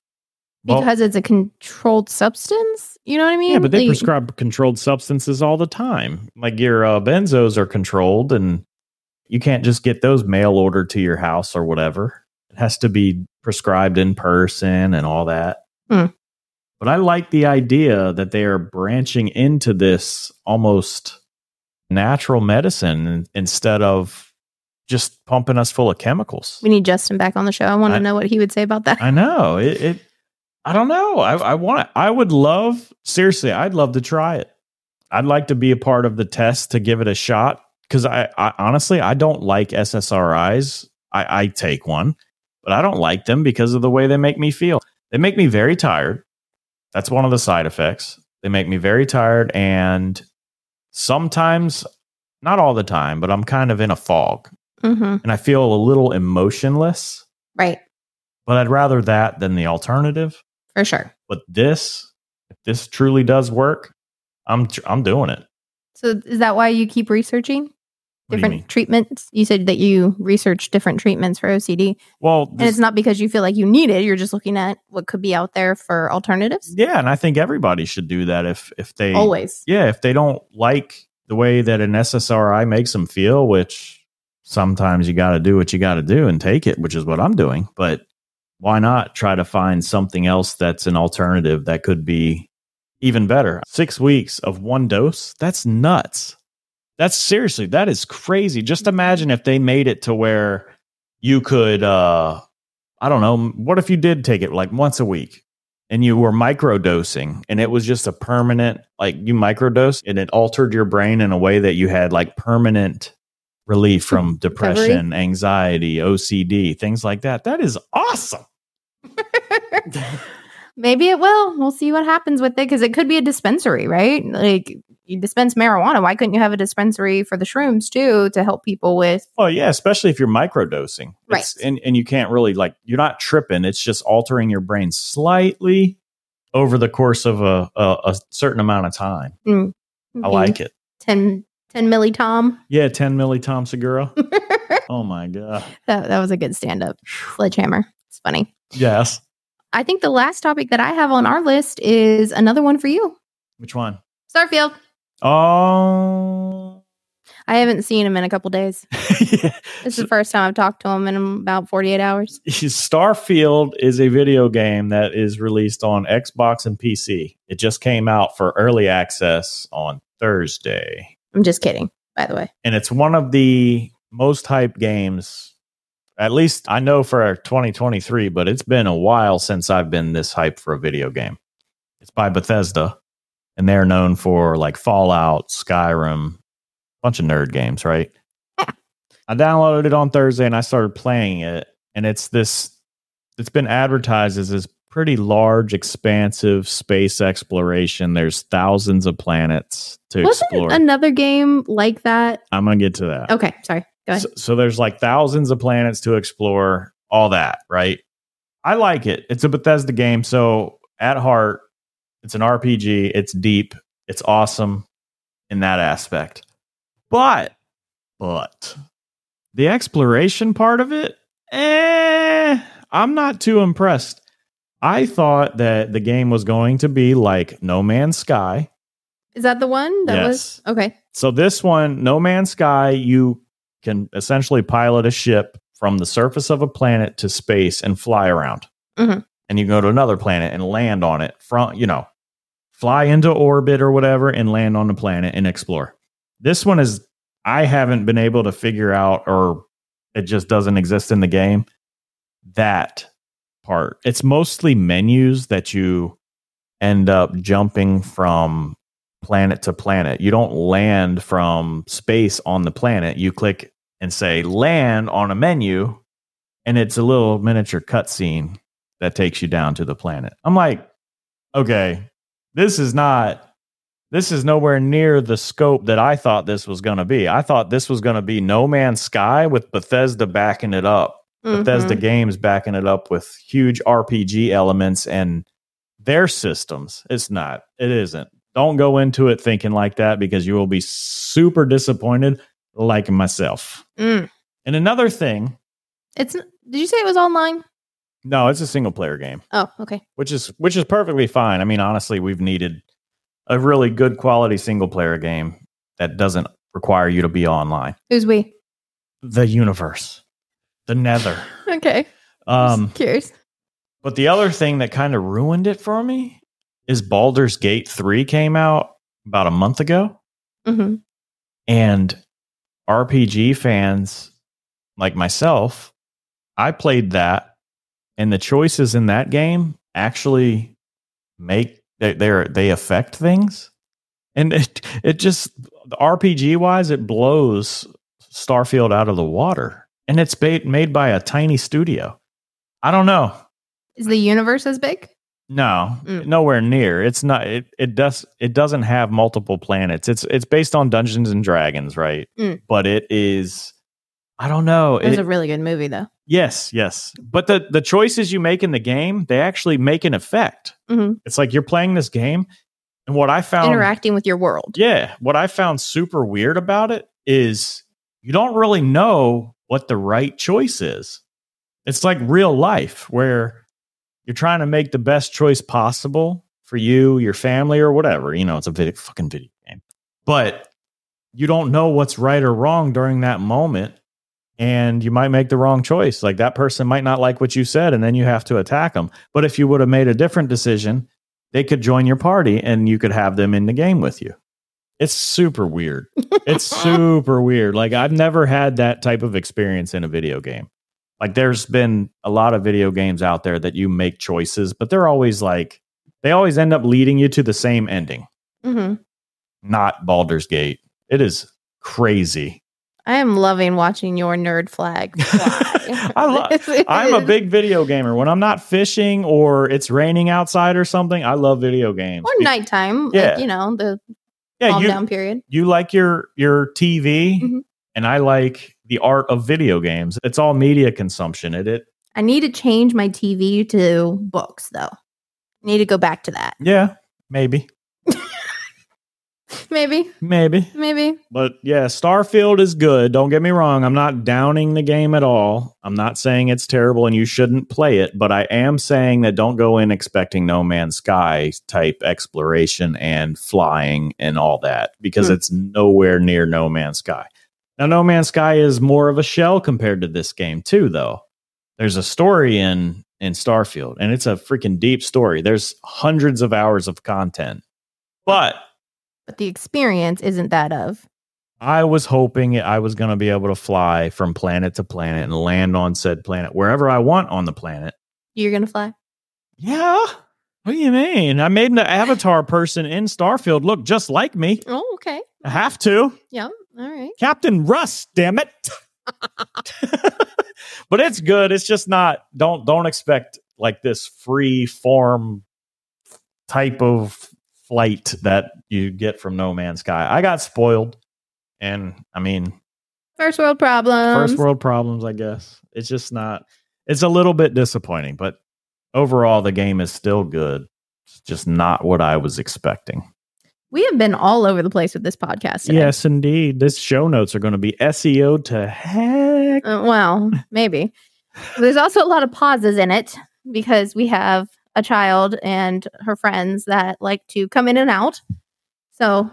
Speaker 1: Well-
Speaker 3: because it's a controlled substance. You know what I mean?
Speaker 1: Yeah, but they
Speaker 3: Like-
Speaker 1: prescribe controlled substances all the time. Like your uh, benzos are controlled, and you can't just get those mail ordered to your house or whatever. It has to be prescribed in person and all that.
Speaker 3: Hmm.
Speaker 1: But I like the idea that they are branching into this almost natural medicine instead of just pumping us full of chemicals.
Speaker 3: We need Justin back on the show. I want
Speaker 1: I-
Speaker 3: to know what he would say about that.
Speaker 1: I know it. it I don't know. I, I want. I would love. Seriously, I'd love to try it. I'd like to be a part of the test to give it a shot because I, I honestly I don't like SSRIs. I, I take one, but I don't like them because of the way they make me feel. They make me very tired. That's one of the side effects. They make me very tired, and sometimes, not all the time, but I'm kind of in a fog,
Speaker 3: hmm
Speaker 1: and I feel a little emotionless
Speaker 3: Right.
Speaker 1: but I'd rather that than the alternative.
Speaker 3: For sure.
Speaker 1: But this, if this truly does work, I'm tr- I'm doing it.
Speaker 3: So is that why you keep researching?
Speaker 1: What do you mean?
Speaker 3: different treatments. You said that you researched different treatments for OCD,
Speaker 1: Well,
Speaker 3: and
Speaker 1: this-
Speaker 3: it's not because you feel like you need it. You're just looking at what could be out there for alternatives.
Speaker 1: yeah, and I think everybody should do that if if they
Speaker 3: Always,
Speaker 1: yeah, if they don't like the way that an SSRI makes them feel, which sometimes you got to do what you got to do and take it, which is what I'm doing. But why not try to find something else that's an alternative that could be even better? Six weeks of one dose? That's nuts. That's seriously, that is crazy. Just imagine if they made it to where you could, uh, I don't know, what if you did take it like once a week? and you were microdosing and it was just a permanent like you microdose and it altered your brain in a way that you had like permanent relief from depression, anxiety, OCD, things like that. That is awesome.
Speaker 3: maybe it will. We'll see what happens with it because it could be a dispensary, right? Like you dispense marijuana. Why couldn't you have a dispensary for the shrooms too to help people with?
Speaker 1: Well, yeah, especially if you're microdosing. It's-
Speaker 3: Right.
Speaker 1: And and you can't really like you're not tripping. It's just altering your brain slightly over the course of a a, a certain amount of time. I
Speaker 3: Mm-hmm.
Speaker 1: like it.
Speaker 3: 10, 10 milli Tom.
Speaker 1: Yeah, 10 milli Tom Segura. oh my god.
Speaker 3: That, that was a good stand up. Sledgehammer. It's funny.
Speaker 1: Yes.
Speaker 3: I think the last topic that I have on our list is another one for you,
Speaker 1: Which one?
Speaker 3: Starfield.
Speaker 1: Oh.
Speaker 3: I haven't seen him in a
Speaker 1: <laughs>
Speaker 3: couple days.
Speaker 1: yeah.
Speaker 3: This is the first time I've talked to him in about 48 hours.
Speaker 1: <laughs> Starfield is a video game that is released on Xbox and PC. It just came out for early access on Thursday.
Speaker 3: I'm just kidding, by the way.
Speaker 1: And it's one of the most hyped games, at least I know for 2023, but it's been a while since I've been this hyped for a video game. It's by Bethesda, and they're known for like Fallout, Skyrim, bunch of nerd games, right? I downloaded it on Thursday and I started playing it, and it's this. It's been advertised as this pretty large, expansive space exploration. There's thousands of planets to
Speaker 3: Wasn't
Speaker 1: explore.
Speaker 3: another game like that?
Speaker 1: I'm gonna get to that.
Speaker 3: Okay, sorry. Go ahead.
Speaker 1: So, so there's like thousands of planets to explore, all that, right? I like it. It's a Bethesda game, so at heart, it's an RPG. It's deep. It's awesome in that aspect. But, but the exploration part of it, eh, I'm not too impressed. I thought that the game was going to be like No Man's Sky,
Speaker 3: Is that the one that
Speaker 1: Yes.
Speaker 3: was? Okay.
Speaker 1: so this one, No Man's Sky, you can essentially pilot a ship from the surface of a planet to space and fly around.
Speaker 3: Mhm.
Speaker 1: And you go to another planet and land on it from, you know, fly into orbit or whatever and land on the planet and explore. This one is I haven't been able to figure out or it just doesn't exist in the game. That part. It's mostly menus that you end up jumping from planet to planet. You don't land from space on the planet. You click and say land on a menu, and it's a little miniature cutscene that takes you down to the planet. I'm like, okay, this is not. This is nowhere near the scope that I thought this was going to be. I thought this was going to be No Man's Sky with Bethesda backing it up Bethesda Games backing it up with huge RPG elements and their systems. It's not. It isn't. Don't go into it thinking like that because you will be super disappointed, like myself.
Speaker 3: Mhm. Mm.
Speaker 1: And another thing,
Speaker 3: It's. Did you say it was online?
Speaker 1: no, it's a single player game,
Speaker 3: Oh, okay.
Speaker 1: which is which is perfectly fine. I mean, honestly, we've needed a really good quality single player game that doesn't require you to be online.
Speaker 3: Who's we?
Speaker 1: The universe, the nether.
Speaker 3: Okay.
Speaker 1: Um,
Speaker 3: Just curious.
Speaker 1: But the other thing that kind of ruined it for me is Baldur's Gate 3 came out about a month ago,
Speaker 3: hmm
Speaker 1: and RPG fans like myself, I played that, and the choices in that game actually make they they're, they affect things, and it it just RPG wise it blows Starfield out of the water, and it's ba- made by a tiny studio. I don't know.
Speaker 3: Is the universe as big?
Speaker 1: No,
Speaker 3: Mm.
Speaker 1: nowhere near. It's not. It, it does. It doesn't have multiple planets. It's it's based on Dungeons and Dragons, right?
Speaker 3: Mm.
Speaker 1: But it is. I don't know.
Speaker 3: It was
Speaker 1: It-
Speaker 3: a really good movie, though.
Speaker 1: yes, yes. But the the choices you make in the game, they actually make an effect.
Speaker 3: Mhm.
Speaker 1: It's like you're playing this game, and what I found
Speaker 3: Interacting with your world.
Speaker 1: yeah, what I found super weird about it is you don't really know what the right choice is. It's like real life where you're trying to make the best choice possible for you, your family, or whatever. You know, it's a video, fucking video game, but you don't know what's right or wrong during that moment. And you might make the wrong choice. Like that person might not like what you said, and then you have to attack them. But if you would have made a different decision, they could join your party and you could have them in the game with you. It's super
Speaker 3: <laughs>
Speaker 1: weird. It's super weird. Like I've never had that type of experience in a video game. Like there's been a lot of video games out there that you make choices, but they're always like they always end up leading you to the same ending.
Speaker 3: hmm
Speaker 1: Not Baldur's Gate. It is crazy.
Speaker 3: I am loving watching your nerd flag.
Speaker 1: <laughs>
Speaker 3: fly.
Speaker 1: I
Speaker 3: <laughs>
Speaker 1: lo-
Speaker 3: It
Speaker 1: I'm a
Speaker 3: is-
Speaker 1: big video gamer. When I'm not fishing or it's raining outside or something, I love video games.
Speaker 3: or nighttime.
Speaker 1: Yeah.
Speaker 3: Like, you know, the
Speaker 1: Yeah,
Speaker 3: calm
Speaker 1: you,
Speaker 3: down period.
Speaker 1: you like your your TV
Speaker 3: Mhm.
Speaker 1: and I like the art of video games. It's all media consumption. It it
Speaker 3: I need to change my TV to books though. Need to go back to that.
Speaker 1: yeah, maybe.
Speaker 3: Maybe.
Speaker 1: Maybe.
Speaker 3: Maybe.
Speaker 1: But yeah, Starfield is good. Don't get me wrong. I'm not downing the game at all. I'm not saying it's terrible and you shouldn't play it, but I am saying that don't go in expecting No Man's Sky type exploration and flying and all that because
Speaker 3: Hmm.
Speaker 1: it's nowhere near No Man's Sky. Now, No Man's Sky is more of a shell compared to this game, too, though. There's a story in in Starfield, and it's a freaking deep story. There's hundreds of hours of content. But
Speaker 3: But the experience isn't that of.
Speaker 1: I was hoping I was going to be able to fly from planet to planet and land on said planet wherever I want on the planet.
Speaker 3: You're gonna fly.
Speaker 1: Yeah. What do you mean? I made an avatar person in Starfield look just like me.
Speaker 3: Oh, okay.
Speaker 1: I have to.
Speaker 3: All right.
Speaker 1: Captain Russ, damn it. <laughs> but it's good. It's just not don't don't expect like this free form type of flight that you get from No Man's Sky. I got spoiled. And I mean,
Speaker 3: First world problems.
Speaker 1: first world problems i guess it's just not it's a little bit disappointing but overall the game is still good it's just not what i was expecting
Speaker 3: We have been all over the place with this podcast. Today.
Speaker 1: yes indeed this show notes are going to be seo to heck
Speaker 3: Uh, well, maybe. There's also a lot of pauses in it because we have a child and her friends that like to come in and out. So,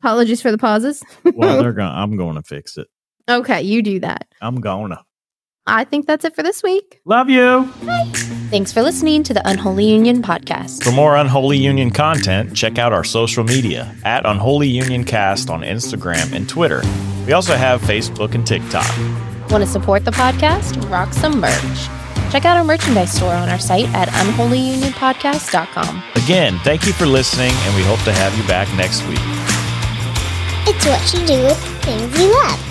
Speaker 3: apologies for the pauses.
Speaker 1: well they're going to i'm going to fix it
Speaker 3: Okay, you do that.
Speaker 1: i'm gonna
Speaker 3: I think that's it for this week.
Speaker 1: love you
Speaker 2: Thanks for listening to the Unholy Union podcast.
Speaker 1: For more Unholy Union content, check out our social media at Unholy Union Cast on Instagram and Twitter. We also have Facebook and TikTok.
Speaker 2: Want to support the podcast? Rock some merch. Check out our merchandise store on our site at unholyunionpodcast.com.
Speaker 1: Again, thank you for listening, and we hope to have you back next week.
Speaker 4: It's what you do with things you love.